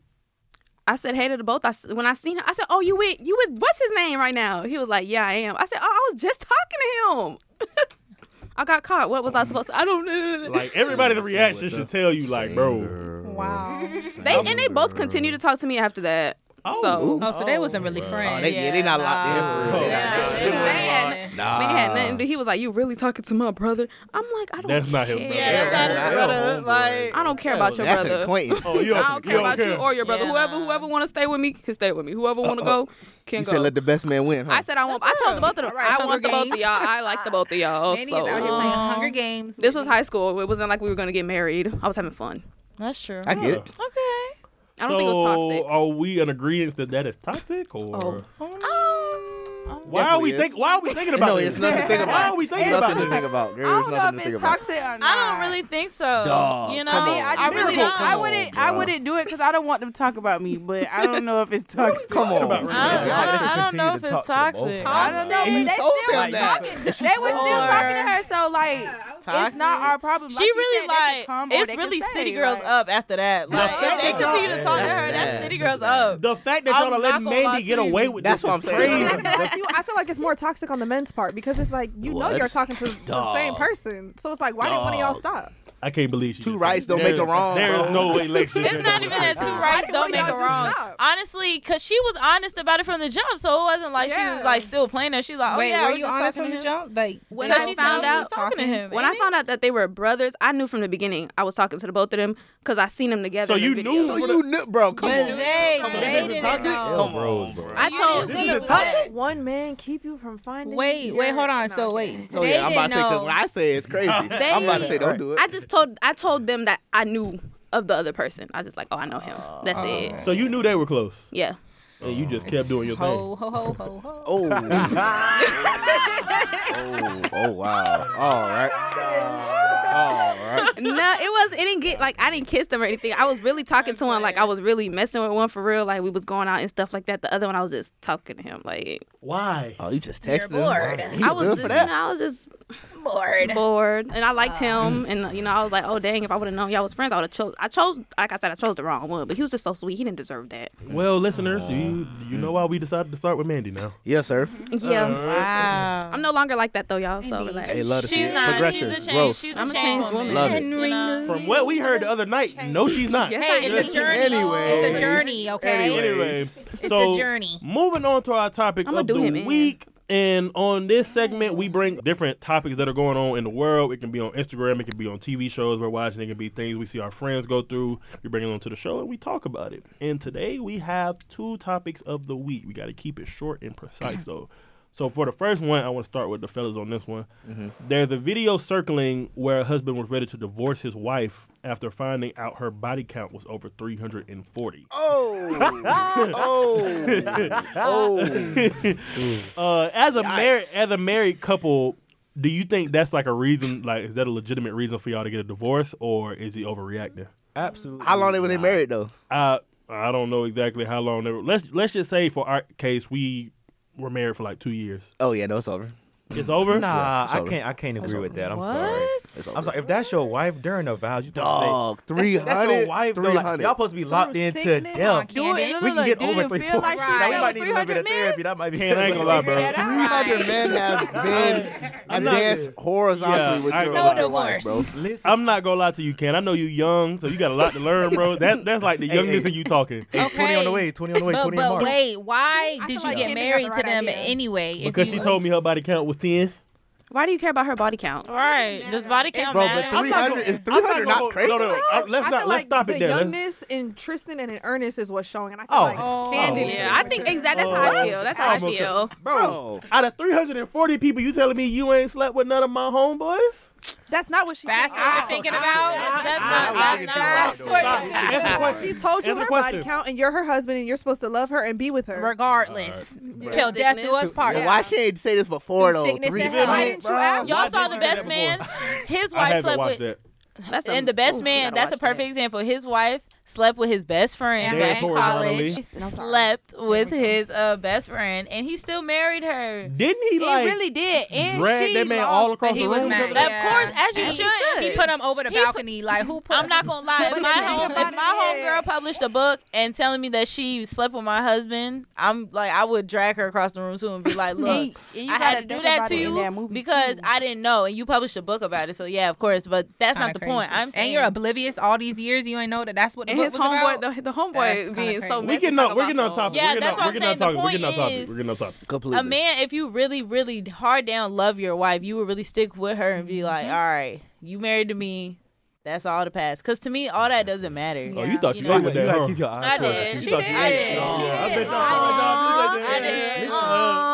S5: I said hey to the both. I s when I seen him, I said, "Oh, you with you with what's his name right now?" He was like, "Yeah, I am." I said, "Oh, I was just talking to him. (laughs) I got caught. What was I supposed to? I don't know."
S1: like everybody's reaction should tell you, like, bro.
S2: Wow.
S5: they and they both continued to talk to me after that.
S1: Oh.
S5: so
S2: Oh, so they wasn't really friends.
S4: Oh, they, yeah, they not locked in for real.
S6: Yeah.
S4: They not-
S5: they had
S4: Nah.
S5: they had nothing. to- He was like, "You really talking to my brother?" I'm like, "I don't.
S1: That's not him.
S5: care.
S6: yeah, that's not
S1: Yeah.
S6: his brother. uh, Like,
S5: I don't care about your
S4: That's an
S5: brother."
S4: acquaintance.
S1: Oh, you don't,
S5: I don't
S1: you
S5: care about you or your brother.
S6: Yeah.
S5: Whoever whoever want to stay with me can stay with me. Whoever want to go can
S4: Uh, You
S5: go.
S4: said let the best man win, huh?
S5: I said I want. I told the both of them. I want the both of y'all. I like the both
S2: (laughs)
S5: of y'all.
S2: Manny
S5: so um,
S2: is out here playing Hunger Games.
S5: This was high school. It wasn't like we were gonna get married. I was having fun.
S6: that's true.
S4: I get it.
S6: Okay.
S5: I don't
S1: so
S5: think it was toxic. Oh,
S1: are we in agreement that that is toxic, or
S6: Um,
S1: why are
S4: Definitely
S1: we
S4: is.
S1: think? Why are we thinking about
S4: No,
S1: it?
S4: it's nothing to think about.
S1: Why are we thinking about
S4: nothing to
S1: it?
S4: think about,
S8: I
S4: girl.
S8: don't
S4: There's
S8: know
S4: nothing
S8: if
S4: to think
S8: it's
S4: about.
S8: toxic or not.
S6: I don't really think so.
S4: Dog,
S6: you know,
S4: come
S8: I mean, I,
S6: I
S8: just
S6: really
S8: wouldn't-
S6: don't.
S8: I wouldn't. I wouldn't do it because I don't want them to talk about me. But I don't know if
S3: (laughs)
S8: it's toxic.
S4: Come on.
S1: about
S6: I don't,
S7: It's the
S6: I
S7: fact
S6: don't-
S7: that you
S6: I don't know if
S7: continue
S6: it's
S7: to talk to
S6: toxic.
S7: them.
S8: I don't know, but
S4: He
S8: they still
S4: told them
S8: was
S4: that.
S8: talking. They were still
S6: Or-
S8: talking to her, so like, it's not our problem.
S6: She
S8: Like,
S6: really
S8: said, they could
S6: like
S8: come or
S6: it's
S8: they could
S6: really
S8: stay,
S6: city
S8: like-
S6: girls up after that. Like if they continue to talk to
S4: That's
S6: her,
S4: bad.
S6: that's city girls up.
S1: The fact that
S6: I'm
S1: y'all are
S6: not
S1: letting
S6: gonna lie
S1: Mandy
S6: to
S1: get away
S6: you.
S1: with
S4: That's
S1: this
S4: what I'm
S1: is
S4: saying.
S1: crazy.
S4: That's
S3: I'm not
S4: (laughs)
S3: gonna lie to you, I feel like it's more toxic on the men's part because it's like you
S4: Well,
S3: know you're
S4: that's-
S3: talking to the
S4: Dog.
S3: same person, so it's like why didn't one of y'all stop?
S1: I can't believe she
S4: Two
S1: just
S4: rights
S1: said
S4: don't make
S1: there-
S4: a wrong,
S1: There is
S4: bro.
S1: no way
S5: (laughs)
S1: Lex just said
S6: It's not even
S4: (laughs)
S6: that two rights
S3: Why
S6: don't
S3: didn't
S6: make
S3: y'all
S6: a
S3: just
S6: wrong.
S3: stop?
S6: Honestly, because she was honest about it from the jump, so it wasn't like she
S3: Yeah.
S6: was like still playing that. She was like, oh
S2: Wait,
S6: yeah, I
S2: were
S6: was
S2: you
S6: just
S2: honest
S6: talking
S2: from
S6: to
S2: the
S6: him.
S2: jump? Like,
S6: When
S2: they
S6: I
S2: both
S5: found
S2: knew you
S5: out-
S2: was
S6: talking to
S1: uh,
S6: him,
S5: When I found out that they were brothers, I knew from the beginning. I was talking to the both of them because I seen them
S1: So
S5: together. in the
S1: you
S5: video.
S1: knew-
S4: So you knew, bro. Come
S2: But
S4: on.
S2: they,
S4: Come on.
S2: they
S4: This isn't
S2: didn't
S1: toxic?
S2: know.
S7: Come bros, bro.
S5: I told.
S1: This is a
S6: toxic.
S3: One man keep you from finding.
S2: Wait, wait, hold on. So wait,
S4: So
S2: they
S4: yeah, I'm about
S2: didn't
S4: to say because when
S2: know.
S4: I say it's (laughs) crazy, I'm about to say don't do it.
S5: I just told. I told them that I knew of the other person. I just like, oh, I know him. That's it.
S1: So you knew they were close,
S5: Yeah.
S1: and you just kept doing your thing.
S2: Ho, ho, ho, ho, ho.
S4: (laughs) Oh. oh. Oh wow. All right. All right.
S8: (laughs)
S5: no, it was. It didn't get like I didn't kiss them or anything. I was really talking to one, like I was really messing with one for real. Like we was going out and stuff like that. The other one, I was just talking to him. Like
S1: Why?
S4: Oh, you just texted him.
S2: bored.
S4: He's
S5: I was,
S4: good
S5: just,
S4: for
S5: you
S4: that.
S5: know, I was just
S2: Bored.
S5: bored, Uh. and I liked him, and you know, I was like, oh dang, if I would have known y'all was friends, I would have chose. I chose, like I said, I chose the wrong one, but he was just so sweet. He didn't deserve that.
S1: Well, listeners, you you
S4: Uh,
S1: know why we decided to start with Mandy now.
S4: Yes, sir.
S5: Yeah,
S6: Wow.
S5: I'm no longer like that though, y'all. So relax.
S4: Hey, love to see
S6: She's
S4: it.
S6: not.
S4: Progression,
S6: She's a change.
S4: growth.
S6: She's a
S5: I'm a
S6: changed
S5: changed woman.
S4: Love it.
S2: And
S6: You know?
S1: Uh, From what we heard the other night, no, she's not.
S5: Yes,
S2: Hey,
S5: I
S2: it's a
S5: am.
S2: journey.
S4: Anyways.
S2: It's a journey, okay?
S1: Anyway,
S2: It's
S1: so
S2: a journey.
S1: moving on to our topic
S5: I'ma
S1: of
S5: do
S1: the
S5: him in.
S1: week. And on this segment, we bring different topics that are going on in the world. It can be on Instagram, it can be on TV shows we're watching, it can be things we see our friends go through. We bring it onto the show and we talk about it. And today we have two topics of the week. We got to keep it short and precise, though. So for the first one, I want to start with the fellas on this one. There's a video circling where a husband was ready to divorce his wife after finding out her body count was over 340.
S4: Oh, oh, oh.
S1: Uh, as a married as a married couple, do you think that's like a reason? Like, is that a legitimate reason for y'all to get a divorce, or is he overreacting?
S4: (laughs)
S7: Absolutely.
S4: How long they were they
S7: not.
S4: married though?
S1: I I don't know exactly how long. They were, let's let's just say for our case, we were married for like two years.
S4: Oh yeah, no, it's over.
S1: It's over.
S7: Nah,
S4: it's
S7: I
S4: over.
S7: can't. I can't agree with that. I'm
S6: What?
S7: sorry.
S4: It's over.
S7: I'm sorry. If that's your wife during the vows, you don't
S4: Dog, three
S7: say. That's your
S4: hundred.
S7: wife. though.
S4: Three
S7: Like,
S4: hundred.
S7: y'all supposed to be locked
S8: Through
S7: in to
S8: sickness?
S7: death.
S8: Come on, Candace.
S7: we can get
S8: Do
S7: over
S8: you
S7: three
S8: feel like
S7: forty.
S8: she
S7: Now, we
S8: fell
S7: might need a little bit
S8: 300
S7: of therapy. That might be.
S1: Man, I ain't gonna lie, bro.
S8: Figure that out.
S4: 300 men have been
S1: I'm
S4: and
S1: not-
S4: danced horizontally
S1: Yeah,
S4: with
S1: I
S4: your,
S1: ain't gonna
S4: with your
S2: lie.
S4: wife, bro.
S7: Listen,
S1: I'm not gonna lie to you, Ken. I know you young, so you got a lot to learn, bro. That that's like the
S7: Hey,
S1: youngest
S7: hey.
S1: in you talking.
S7: twenty on the way. Twenty on the way.
S2: But,
S7: Twenty in
S2: but
S7: March.
S2: wait, why
S9: I
S2: did
S9: feel
S2: you
S9: like
S2: get
S9: Candy got
S2: married
S9: the
S2: to
S9: right
S2: them
S9: idea.
S2: anyway? if
S1: Because
S2: you-
S1: she told me her body count was ten.
S5: Why do you care about her body count?
S6: All right. Does body count
S4: Bro,
S6: matter?
S4: but
S6: I'm
S4: three
S6: not
S4: hundred is
S1: I'm
S4: three hundred
S1: gonna-
S4: not crazy.
S1: No, no,
S4: bro?
S1: no. I- Let's
S3: I
S1: not let's
S3: feel like
S1: stop
S3: the
S1: it there. Let's-
S3: youngness in Tristan and in Ernest is what's showing, and I feel
S7: Oh.
S3: like Candy. is
S5: Yeah, I think exactly. That's how I feel. That's how I
S1: Almost.
S5: feel.
S4: Bro,
S1: Out of 340 people, you telling me you ain't slept with none of my homeboys?
S3: That's not what she
S2: That's
S3: said.
S2: what I'm thinking
S6: about. That's not.
S1: I-
S6: That's
S1: I-
S6: not.
S1: Answer the question.
S3: (laughs) She told you
S1: Answer the
S3: her
S1: question.
S3: body count, and you're her husband, and you're supposed to love her and be with her.
S6: Regardless, till death do us part.
S4: Now, why she ain't say this before though?
S3: Sickness
S4: Three
S3: and health. Why
S4: hundred.
S3: didn't you ask?
S1: Why
S6: Y'all saw
S1: did
S6: the
S1: you say that
S6: best man. His
S1: I
S6: wife
S1: had to
S6: slept
S1: watch
S6: with.
S1: that.
S5: That's a-
S6: and the best
S5: ooh,
S6: man.
S5: gotta
S6: That's a
S5: watch that.
S6: perfect example. His wife slept with his best friend
S1: Yeah,
S6: back in
S1: Tori Ronald
S6: college.
S1: Lee.
S6: Slept with his uh, best friend, and he still married her.
S1: Didn't he like
S8: did. And
S1: drag that man all across
S2: he
S1: the
S2: was
S1: room?
S2: mad.
S1: Like,
S2: Yeah.
S6: Of course, as you
S5: As he
S6: should.
S5: should.
S2: He put him over the
S6: He put-
S2: balcony. like who put?
S6: I'm not gonna lie. If my
S8: the thing
S6: home,
S8: about
S6: if
S8: it
S6: my homegirl
S8: is-
S6: published a book and telling me that she slept with my husband, I'm like, I would drag her across the room too and be like, look. I had to do that to you because I didn't know, and you published a book about it. So yeah, of course, but that's
S2: Kinda
S6: not the
S2: crazy.
S6: point. I'm saying
S2: and you're oblivious all these years. You ain't know that that's what the
S5: And
S2: book
S5: his
S2: was
S5: homeboy,
S2: about.
S5: the, the
S2: That's kinda
S5: homeboy being so.
S2: crazy.
S1: we
S5: messy
S1: getting on
S5: talking
S1: we're getting
S5: about
S1: on topic.
S6: Yeah,
S1: we're getting on,
S6: that's
S1: we're
S6: what I'm
S1: getting on
S6: saying. The
S1: topic. We're
S6: point
S1: getting on topic.
S6: is-
S1: We're getting on topic.
S4: Completely.
S6: a man, if you really, really hard down love your wife, you would really stick with her and be like, all right, you married to me. That's all the past. Because to me, all that doesn't matter.
S1: Oh, you thought you
S6: You
S1: slept
S6: know,
S1: with
S7: you
S1: that?
S7: gotta
S1: huh?
S7: keep your
S6: I
S7: eyes closed.
S6: did.
S1: You thought you
S6: I
S1: did.
S6: did.
S1: Oh, I bet y'all-
S6: I
S1: I bet y'all-
S6: did.
S1: Listen,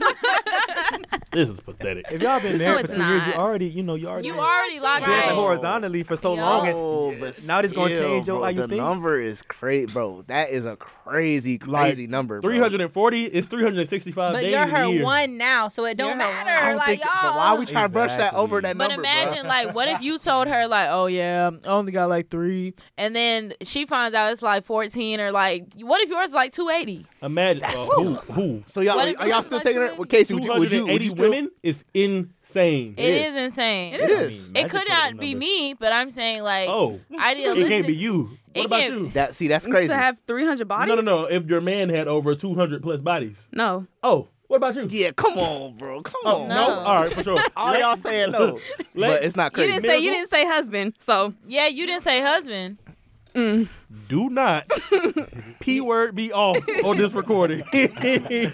S1: uh, This is pathetic.
S7: If y'all
S5: No,
S7: been married
S5: it's
S7: for two years, you
S5: not.
S7: already, you know, you already.
S6: You already locked
S7: dancing
S6: in.
S7: horizontally for so long, and
S4: Oh, but
S7: now this gonna
S4: still,
S7: change your-
S4: bro,
S7: how you
S4: The
S7: think?
S4: number is crazy, bro. That is a crazy,
S1: Like,
S4: crazy number. bro.
S1: 340 is 365
S2: but
S1: days
S2: you're
S1: in a
S2: her
S1: year.
S2: one now, so it don't
S6: You're her one.
S2: matter.
S4: I don't
S2: Like
S4: think. But why are we trying to brush that
S7: Exactly.
S4: over that
S6: But
S4: number? bro?
S6: imagine, like, what if you told her, like, oh, yeah, I only got like three. And then she finds out it's like 14 or like, what if yours is like 280?
S1: Imagine uh, who who
S4: So y'all
S6: What
S4: are,
S6: if
S4: are
S6: it
S4: y'all
S6: was
S4: still
S6: like
S4: taking her?
S6: 280?
S4: Well, Casey, would you? Would you? Would
S1: 280
S4: you still?
S1: women is insane.
S6: it
S4: is.
S6: is. insane.
S4: It
S7: I
S4: is.
S7: mean,
S6: It
S7: magic
S6: could
S7: with
S6: not
S7: them
S6: be
S7: numbers.
S6: me, but I'm saying, like,
S1: Oh,
S6: idealistic.
S1: it can't be you. What
S6: It
S1: about
S6: can't-
S1: you?
S4: That see, that's crazy.
S5: To have 300 bodies?
S1: No, no, no. If your man had over 200 plus bodies.
S5: No.
S1: Oh, what about you?
S4: Yeah, come on, bro. Come
S6: Oh,
S4: on.
S1: No. All right, for sure.
S6: (laughs)
S4: All y'all saying no,
S1: Let-
S4: but it's not
S5: You
S4: crazy.
S5: didn't say you didn't say husband, so
S6: Yeah, you didn't say husband.
S1: Do not p word be off on this (laughs) recording. So, y-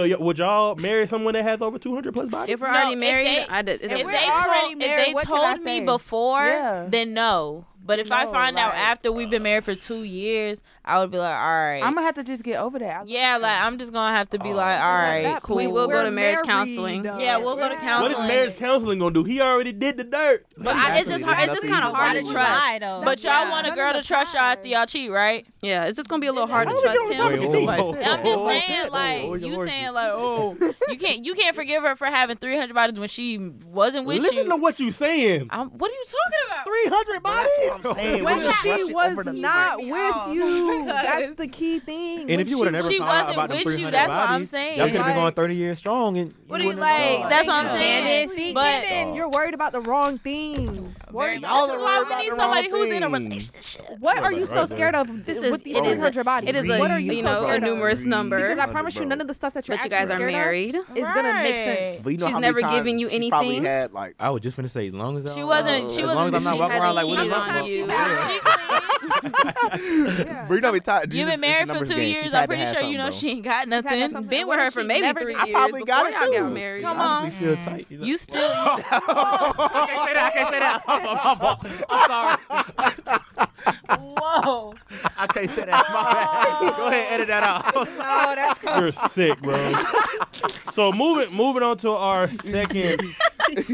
S1: Oh, Would y'all marry someone that has over 200 plus bodies?
S5: if we're
S6: No,
S5: already
S6: if
S5: married,
S6: they-
S5: I did. If
S6: If
S5: they,
S6: they
S8: already
S6: told,
S8: married,
S6: if they
S8: what can I
S6: told me
S8: say?
S6: before,
S8: Yeah.
S6: then no. But if I
S8: No,
S6: find out
S8: like,
S6: after we've been married for two years, I would be like, all right.
S8: I'm gonna have to just get over that.
S6: yeah, like I'm just gonna have to be
S7: Oh,
S6: like, all
S8: at
S6: right,
S8: that
S6: cool.
S5: We will go
S3: We're
S5: to marriage
S3: married,
S5: counseling.
S3: though.
S6: Yeah, we'll go to
S1: What
S6: counseling.
S1: is marriage counseling gonna do? He already did the dirt.
S5: But I, it's just
S7: Exactly.
S5: hard, it's just kind
S7: Nothing easy.
S5: of hard
S7: Why
S5: to
S7: would
S5: trust.
S2: though.
S6: But y'all want a
S3: None
S6: girl
S3: of
S6: to
S3: the
S6: trust y'all after
S3: times.
S6: y'all cheat,
S7: (laughs)
S6: right?
S5: Yeah, it's just gonna be a little hard to
S1: How we
S5: trust
S1: doing
S5: him.
S1: talking to
S7: Wait,
S1: you?
S7: hold
S6: I'm
S7: on.
S6: just
S7: Oh,
S6: saying, like you saying, like,
S7: (laughs)
S6: oh, you can't, you can't forgive her for having 300 bodies when she wasn't with
S1: Listen
S6: you.
S1: to what you
S6: (laughs)
S1: saying.
S6: I'm, what are you talking about?
S1: Three hundred bodies.
S4: That's what I'm saying.
S3: When
S4: We just rush
S3: she
S4: it
S3: was
S4: over the-
S3: not with you,
S6: Because-
S3: that's the key thing.
S7: And
S3: When
S7: if you
S3: she
S7: would have never
S6: she
S7: found out
S6: wasn't
S7: about them
S6: with you,
S7: 300
S6: that's what
S7: bodies,
S6: I'm saying.
S7: y'all could have been going
S3: Like-
S7: 30 years strong. And
S6: What
S7: you
S6: do you
S7: wouldn't have
S6: like?
S7: known.
S6: That's what I'm
S2: Yeah.
S6: saying.
S2: Dennis, he
S6: But
S2: get
S4: Oh.
S3: You're worried about the wrong thing. Worried about-
S4: All
S6: That's
S4: the
S6: why
S4: worry
S6: we
S4: about
S6: need
S4: the
S6: somebody
S4: wrong
S6: who's in a
S4: thing.
S3: What are you
S7: Right
S3: so
S7: there.
S3: scared of
S5: This
S3: this
S5: is-
S3: with these
S5: it is a-
S3: 300 bodies?
S5: It is
S3: what are
S5: a
S3: you
S5: you
S3: so
S5: know a
S3: scared of?
S5: numerous number,
S3: Because I
S4: Hundred
S3: promise you,
S4: bro.
S3: none of the stuff that you're
S5: but you
S3: actually
S5: guys are
S3: scared
S5: married.
S3: of is gonna make sense.
S4: But you know
S5: She's
S4: how many
S5: never
S4: times
S5: giving you
S4: She probably
S5: anything?
S4: had like
S7: I was just finna say, as long as I,
S6: She wasn't- she
S7: as
S6: wasn't-
S7: long as I'm not
S6: she
S7: walking around like,
S5: hasn't
S7: what is
S5: cheated
S7: my
S5: on you.
S6: She clean.
S4: Bro, you know how many times
S6: You've
S4: this is-
S6: been
S4: this is
S6: married for
S4: numbers
S6: two
S4: game. She's
S6: years.
S4: had
S6: I'm
S4: to
S6: pretty
S4: have
S6: sure you know
S4: something,
S6: she ain't got
S3: had to have
S6: nothing.
S3: something.
S5: Been with
S3: What
S5: her
S3: if
S5: for
S3: she
S5: maybe
S3: never
S5: three
S3: did-
S5: years
S3: I
S5: before
S4: probably got it
S5: y'all got
S4: too.
S5: married.
S6: Come
S7: Honestly,
S6: on,
S7: still tight. You know?
S6: you still.
S7: I can't say that. I can't say that. (laughs) My fault. I'm sorry.
S6: Whoa.
S7: I can't say that. My bad. Go ahead, edit that (laughs) out. I'm sorry.
S1: You're sick,
S6: (laughs)
S1: bro. so moving moving on to our second
S6: (laughs)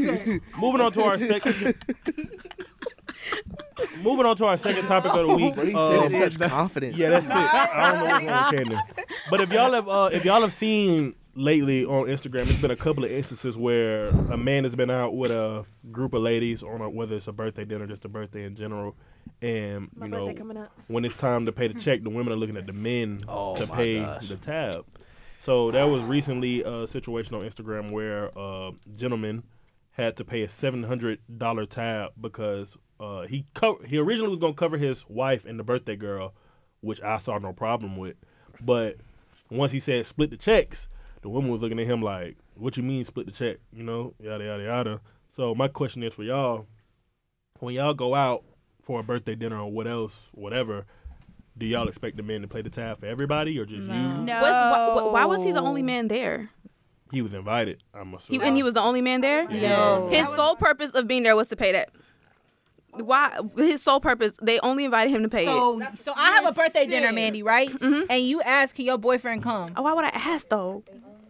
S1: moving on to our second moving on to our second topic of the week.
S4: Bro, he
S1: uh,
S4: said it in such confidence.
S1: yeah, that's it. I don't know what's wrong with Shannon. But if y'all have uh, if y'all have seen lately on Instagram, there's been a couple of instances where a man has been out with a group of ladies on a, whether it's a birthday dinner, just a birthday in general, and
S3: My
S1: you
S3: birthday
S1: know
S3: coming up.
S1: when it's time to pay the check, the women are looking at the men
S4: Oh,
S1: to
S4: my
S1: pay
S4: gosh.
S1: the tab. So there was recently a situation on Instagram where a gentleman had to pay a seven hundred dollar tab because uh, he co- he originally was gonna cover his wife and the birthday girl, which I saw no problem with, but once he said split the checks, the woman was looking at him like, "What you mean split the check?" You know, yada yada yada. So my question is for y'all: When y'all go out for a birthday dinner or what else, whatever, do y'all expect the men to play the tab for everybody or just you?
S8: No.
S5: What's- why, why was he the only man there?
S1: He was invited. I'm
S5: He,
S1: assuming.
S5: and he was the only man there.
S6: No.
S5: His sole purpose of being there was to pay that. Why? His sole purpose. They only invited him to pay it.
S2: (laughs) So, so I have a birthday dinner, Mandy, right? And you ask, can your boyfriend come?
S5: Oh, Why would I ask though?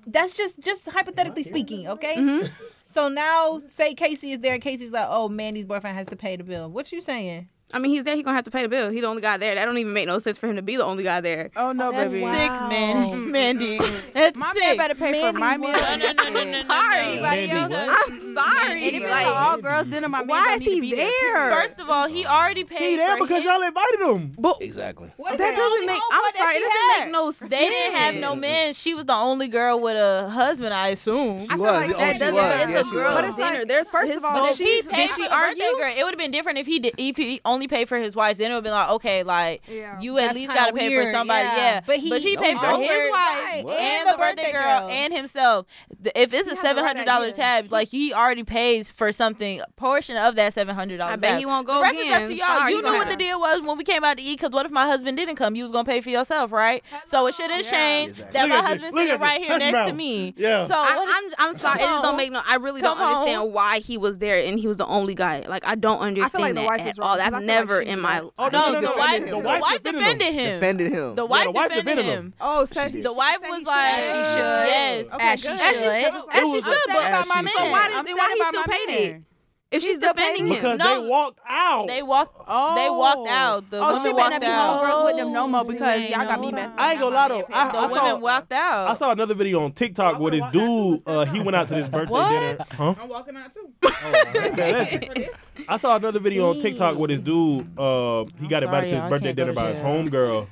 S2: That's just just hypothetically speaking, okay?
S5: Mm-hmm.
S2: So now, say Casey is there, and Casey's like, oh, Mandy's boyfriend has to pay the bill. What you saying?
S5: I mean, he's there. He's gonna have to pay the bill. He the only guy there. That don't even make no sense for him to be the only guy there.
S8: Oh no, baby.
S6: Sick, man. Mandy. That's
S8: My
S6: sick.
S8: man better pay for my
S3: (laughs)
S8: meal.
S6: No, no, no,
S8: (laughs)
S6: no, no, no.
S5: Sorry.
S6: no.
S8: Anybody else?
S6: Mandy,
S5: I'm
S8: And if
S5: sorry.
S8: it's an
S5: Like,
S8: all girls dinner, my man
S5: why
S8: don't
S5: is
S8: need
S5: he
S8: to be
S5: there?
S6: First of all, he already paid
S1: He there
S6: for
S1: because
S6: his-
S1: y'all invited him.
S5: but
S4: Exactly.
S8: What
S5: that doesn't make. I'm sorry. It doesn't make no sense.
S6: They didn't have no men. She was the only girl with a husband, I assume.
S4: She
S8: feel
S4: was.
S8: like
S4: oh,
S8: that
S4: she
S8: doesn't-
S4: was.
S8: it's
S4: yeah,
S8: a
S4: she
S8: girl.
S4: was.
S5: But
S8: But
S5: it's
S8: it's
S5: dinner.
S8: like-
S5: There's
S8: first
S5: his
S8: of all,
S5: fault.
S6: But
S8: she-
S6: he
S8: she's-
S6: paid
S5: did
S6: for
S5: she
S6: the birthday
S5: argue?
S6: girl. It would have been different if he did, if he only paid for his wife. Then it would have been like, okay, like
S3: Yeah.
S6: you at
S2: That's
S6: least
S2: kinda
S6: gotta pay for
S2: weird,
S6: somebody.
S2: yeah.
S6: Yeah,
S2: But he-
S6: she
S2: No,
S6: paid
S2: he
S6: for
S2: don't.
S6: both his
S2: Right,
S6: wife and,
S2: what?
S6: the birthday girl and himself. The- If it's a
S3: had the
S6: seven
S3: right
S6: hundred dollar
S3: idea.
S6: tab, like he already pays for something portion of that seven hundred dollar.
S5: I bet he won't go
S6: The rest
S5: again.
S6: is up to y'all.
S5: Sorry,
S6: you
S5: you
S6: knew
S5: gonna
S6: what the
S5: have to-
S6: deal was when we came out to eat. Because what if my husband didn't come? You was gonna pay for yourself, right? So it shouldn't
S5: Yeah.
S6: change
S4: Exactly.
S6: that
S1: Look at
S6: my
S1: you.
S6: husband's
S1: Look
S6: sitting
S1: at you.
S6: right here
S1: Hush your
S6: next to
S1: mouth.
S6: me.
S1: Yeah.
S6: So what if-
S5: I, I'm I'm sorry. It just don't make no. I really don't
S6: Come on.
S5: understand why he was there and he was the only guy. Like I don't understand
S8: like the
S5: that
S8: wife
S5: at
S8: is wrong,
S5: all.
S8: 'cause
S5: That's
S8: I feel like
S5: never
S8: she
S5: in
S8: knew.
S5: my.
S1: Oh,
S6: No,
S1: she
S6: the
S1: defended
S6: wife,
S1: him.
S6: the wife defended him.
S4: Defended him.
S6: The wife
S1: the wife
S6: defended
S1: defended
S6: him.
S8: Oh, so
S4: did.
S6: The wife was like,
S8: said she
S6: yes.
S8: Okay,
S2: As she
S8: good.
S2: should.
S5: As she
S8: I'm
S5: should,
S8: upset
S5: but-
S8: about my
S4: As she
S8: man.
S4: should.
S5: So why did-
S8: I'm
S5: then
S8: upted
S5: why he
S8: about
S5: still
S8: my
S5: paid
S8: man.
S5: it? If she's
S8: still paid
S5: defending
S8: him.
S5: him,
S1: Because
S6: No.
S1: they walked out.
S6: They walked.
S8: Oh,
S6: They walked out. The
S8: oh,
S6: women
S8: she better
S6: walked
S8: not be
S6: out.
S8: homegirls with them no more because
S6: ain't
S8: y'all got
S6: no
S8: me
S6: more.
S8: messed up.
S1: I ain't gonna lie though. I,
S6: The
S1: I
S6: women
S1: saw,
S6: walked out.
S1: I saw another video on TikTok where this dude uh, he went out to this birthday dinner. (laughs) Huh?
S9: I'm walking out too.
S1: I saw another video on TikTok where this dude uh, he got invited to
S6: sorry, y'all. I
S1: his birthday
S6: can't go
S1: dinner
S6: to
S1: by his
S6: jail.
S1: homegirl,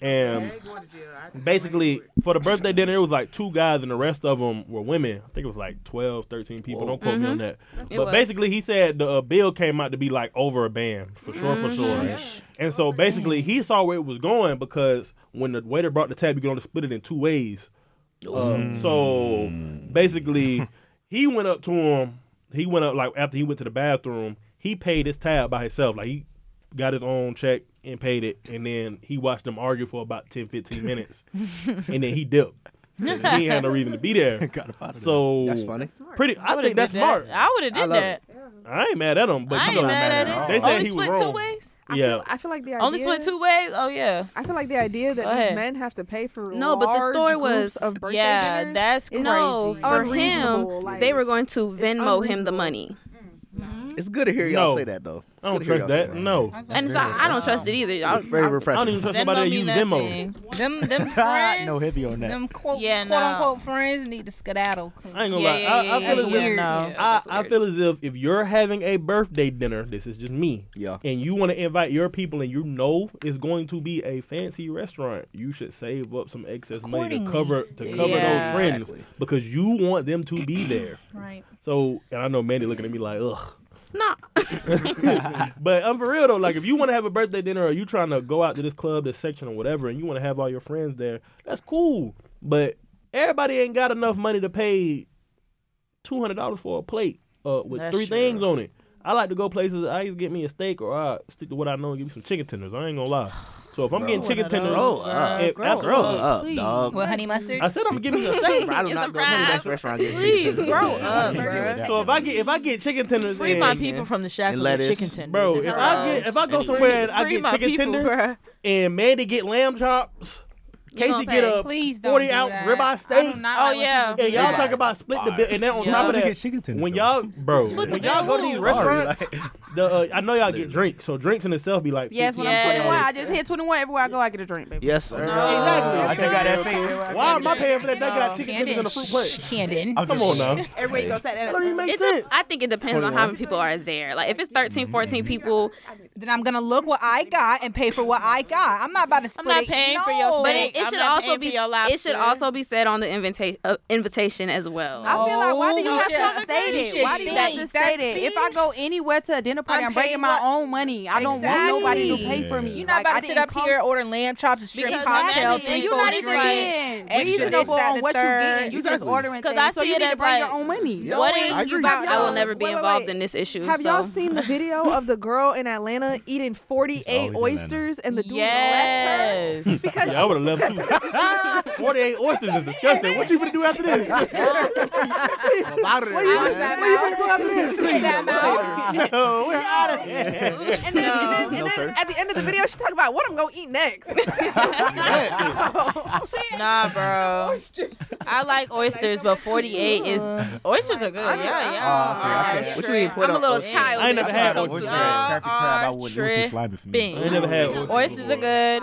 S1: and
S9: going to jail. I can-
S1: basically for the birthday dinner it was like two guys and the rest of them were women i think it was like 12 13 people don't quote me on that
S5: It
S1: but
S5: was.
S1: basically he said the uh, bill came out to be like over a band for sure for sure and so basically he saw where it was going because when the waiter brought the tab you could only split it in two ways Uh, so basically he went up to him he went up like after he went to the bathroom he paid his tab by himself like he got his own check and paid it and then he watched them argue for about 10 15 minutes and then he dipped. 'Cause he ain't had no reason to be there.
S7: (laughs) Got up out of there.
S1: So
S4: That's funny.
S1: Pretty, I
S6: Would've
S1: think that's
S6: did
S1: smart.
S6: That. I would have
S4: I
S6: did
S4: love
S6: that.
S1: I ain't mad at him, but
S6: I
S1: you know,
S6: ain't mad at it.
S1: they said
S6: Only
S1: he was
S6: split
S1: wrong.
S6: two ways.
S3: I
S1: Yeah.
S3: feel I feel like the idea
S6: Only split two ways. Oh yeah.
S3: I feel like the idea that
S6: Go
S3: these
S6: ahead.
S3: men have to pay for
S5: No, but the
S3: large
S5: story
S3: groups
S5: was-
S3: of birthday
S6: yeah,
S3: dinners
S6: that's
S3: is
S6: crazy.
S5: no, for him,
S3: unreasonable, like-
S5: they were going to Venmo him the
S3: unreasonable.
S5: money,
S4: It's good to hear y'all
S1: No.
S4: say that though.
S1: I don't
S4: Good to hear
S1: trust
S4: y'all say
S1: that. No.
S5: and so I, I don't trust it either. I,
S4: It's very
S1: I don't
S4: refreshing.
S1: even trust
S6: Venmo
S1: somebody that
S6: mean
S1: uses Venmo.
S6: nothing.
S2: Them them friends.
S7: (laughs) No heavy on that.
S2: Them quote,
S6: Yeah,
S2: quote
S6: no.
S2: unquote friends need to skedaddle.
S1: I ain't
S6: Yeah,
S1: gonna
S6: yeah,
S1: lie.
S6: yeah,
S1: I, I
S6: yeah,
S1: feel
S6: that's
S1: as if
S6: weird.
S2: no.
S6: Yeah,
S1: I,
S6: that's
S1: I
S6: weird.
S1: feel as if if you're having a birthday dinner, this is just me,
S4: Yeah.
S1: and you want to invite your people, and you know it's going to be a fancy restaurant, you should save up some excess money to
S2: Accordingly.
S1: cover to cover
S5: Yeah.
S1: those friends
S4: Exactly.
S1: because you want them to be there.
S2: Right.
S1: So, and I know Mandy looking at me like, ugh.
S5: no,
S1: But I'm for real though. Like, if you want to have a birthday dinner, or you trying to go out to this club, this section, or whatever, and you want to have all your friends there, that's cool. But everybody ain't got enough money to pay two hundred dollars for a plate uh, with
S6: That's
S1: three
S6: true.
S1: things on it. I like to go places. I either get me a steak, or I stick to what I know and get me some chicken tenders. I ain't gonna lie. So if I'm getting chicken tenders,
S4: Grow up.
S1: and
S6: Grow
S1: after-
S4: Grow up, dog.
S2: Well, honey mustard.
S1: I said I'm gonna get me a steak.
S4: Bro, I do not go to the next restaurant. and get
S6: Please
S4: chicken.
S6: grow up,
S7: Yeah,
S6: bro.
S7: that
S1: So if
S7: one.
S1: I get if I get chicken tenders,
S6: Free
S1: and-
S6: my
S4: Yeah.
S6: people from the shackles of
S4: lettuce.
S6: chicken tenders.
S1: Bro, if I get if I go somewhere and I
S6: uh, Free
S1: get
S6: my
S1: chicken
S6: people,
S1: tenders
S6: bruh.
S1: and Mandy get lamb chops, Casey
S5: gonna
S1: get a
S2: Please don't
S1: forty
S2: do
S1: ounce
S2: that.
S1: ribeye
S2: I
S1: steak,
S2: do not
S6: Oh,
S2: like when
S6: yeah.
S2: people do
S1: and y'all
S2: that.
S1: talking about split the bill, and then on
S6: Yeah.
S1: top of
S7: Where'd you get
S1: that,
S7: chicken tenders.
S1: when
S7: though?
S1: y'all bro,
S6: Split the
S1: when y'all go to
S6: bill.
S1: these
S7: Sorry,
S1: restaurants,
S7: (laughs)
S1: the uh, I know y'all get drinks, so drinks in itself be like
S9: Yes,
S1: 50.
S9: when
S6: Yes.
S9: I'm 21, I just hit 21. Everywhere I go, I get a drink, baby.
S4: Yes, sir.
S1: Exactly.
S7: I think I got that thing.
S1: Why am I paying for that? They got chicken tenders
S2: Camden.
S1: and a fruit plate. (laughs)
S2: Shh, Camden.
S7: I'm
S1: Come
S7: just-
S1: on now, that
S9: Everywhere you go, Saturday
S1: don't even
S9: night.
S1: make
S5: it's a,
S1: sense.
S5: I think it depends on how many people are there. Like if it's 13, 14 people,
S2: Then I'm gonna look what I got and pay for what I got. I'm not about to split
S6: not
S2: it.
S6: paying
S2: no.
S6: for your
S5: but
S6: steak.
S5: it, it
S6: I'm
S5: should
S6: not
S5: also
S6: paying
S5: be
S6: for your
S5: it should
S6: lobster.
S5: also be said on the invita- uh, invitation as well.
S9: I feel like why do
S2: Oh,
S9: you have
S2: you
S9: to
S2: should-
S9: state
S2: you
S9: it?
S2: should
S9: Why do you have
S2: think.
S9: to state
S2: That's-
S9: it? If I go anywhere to a dinner party,
S2: I'm
S9: I'm breaking my
S2: paying
S9: own money. I don't
S2: Exactly.
S9: want nobody to pay for me.
S2: You're not
S9: Like, I
S2: about to sit
S9: didn't
S2: up
S9: come-
S2: here ordering lamb chops and shrimp
S6: Because
S2: cocktail.
S6: imagine-
S2: three
S9: and you're
S2: full
S9: not even
S2: drinks.
S9: being
S2: extra this,
S9: reasonable
S2: that,
S9: on
S2: the
S9: what you're
S2: third.
S9: getting. You just
S4: Exactly.
S9: ordering
S6: 'Cause
S9: things,
S6: I
S9: so
S6: see
S9: you
S6: it
S9: need to
S6: as
S9: bring your
S6: like-
S9: own money.
S4: Yeah.
S6: What
S4: I
S6: if
S4: agree.
S6: you about?
S5: I will
S3: y'all-
S5: never be
S3: wait, wait,
S5: involved
S3: wait.
S5: in this issue.
S3: Have y'all
S5: so.
S3: seen the video of the girl in Atlanta eating 48
S7: It's always
S3: oysters and the dude
S6: Yes.
S3: left her because
S1: Yeah, I would have left too. (laughs) Forty-eight oysters is disgusting. What you gonna do after this? (laughs) What
S4: I'm out of there.
S2: Watch
S4: man.
S2: that
S1: you
S2: mouth.
S1: gonna do after this?
S2: Say
S1: (laughs)
S2: that mouth.
S1: No, we're out of here.
S3: and then, and then, and
S4: No,
S3: then
S4: sir.
S3: at the end of the video she talked about what I'm gonna eat next. (laughs)
S9: Mm,
S6: Nah, bro. I like oysters, but 48 is oysters are good. Yeah, yeah.
S7: Oh, okay, okay.
S4: What you eating? Put
S5: I'm a
S4: on-
S5: little
S4: oh,
S5: child.
S1: I ain't never had
S7: Crab,
S1: oysters.
S7: crab,
S6: Y'all
S7: crab, crab, I
S6: are
S7: wouldn't. It was too slimy for me.
S6: tripping.
S1: I ain't never had oysters.
S6: Oysters are good.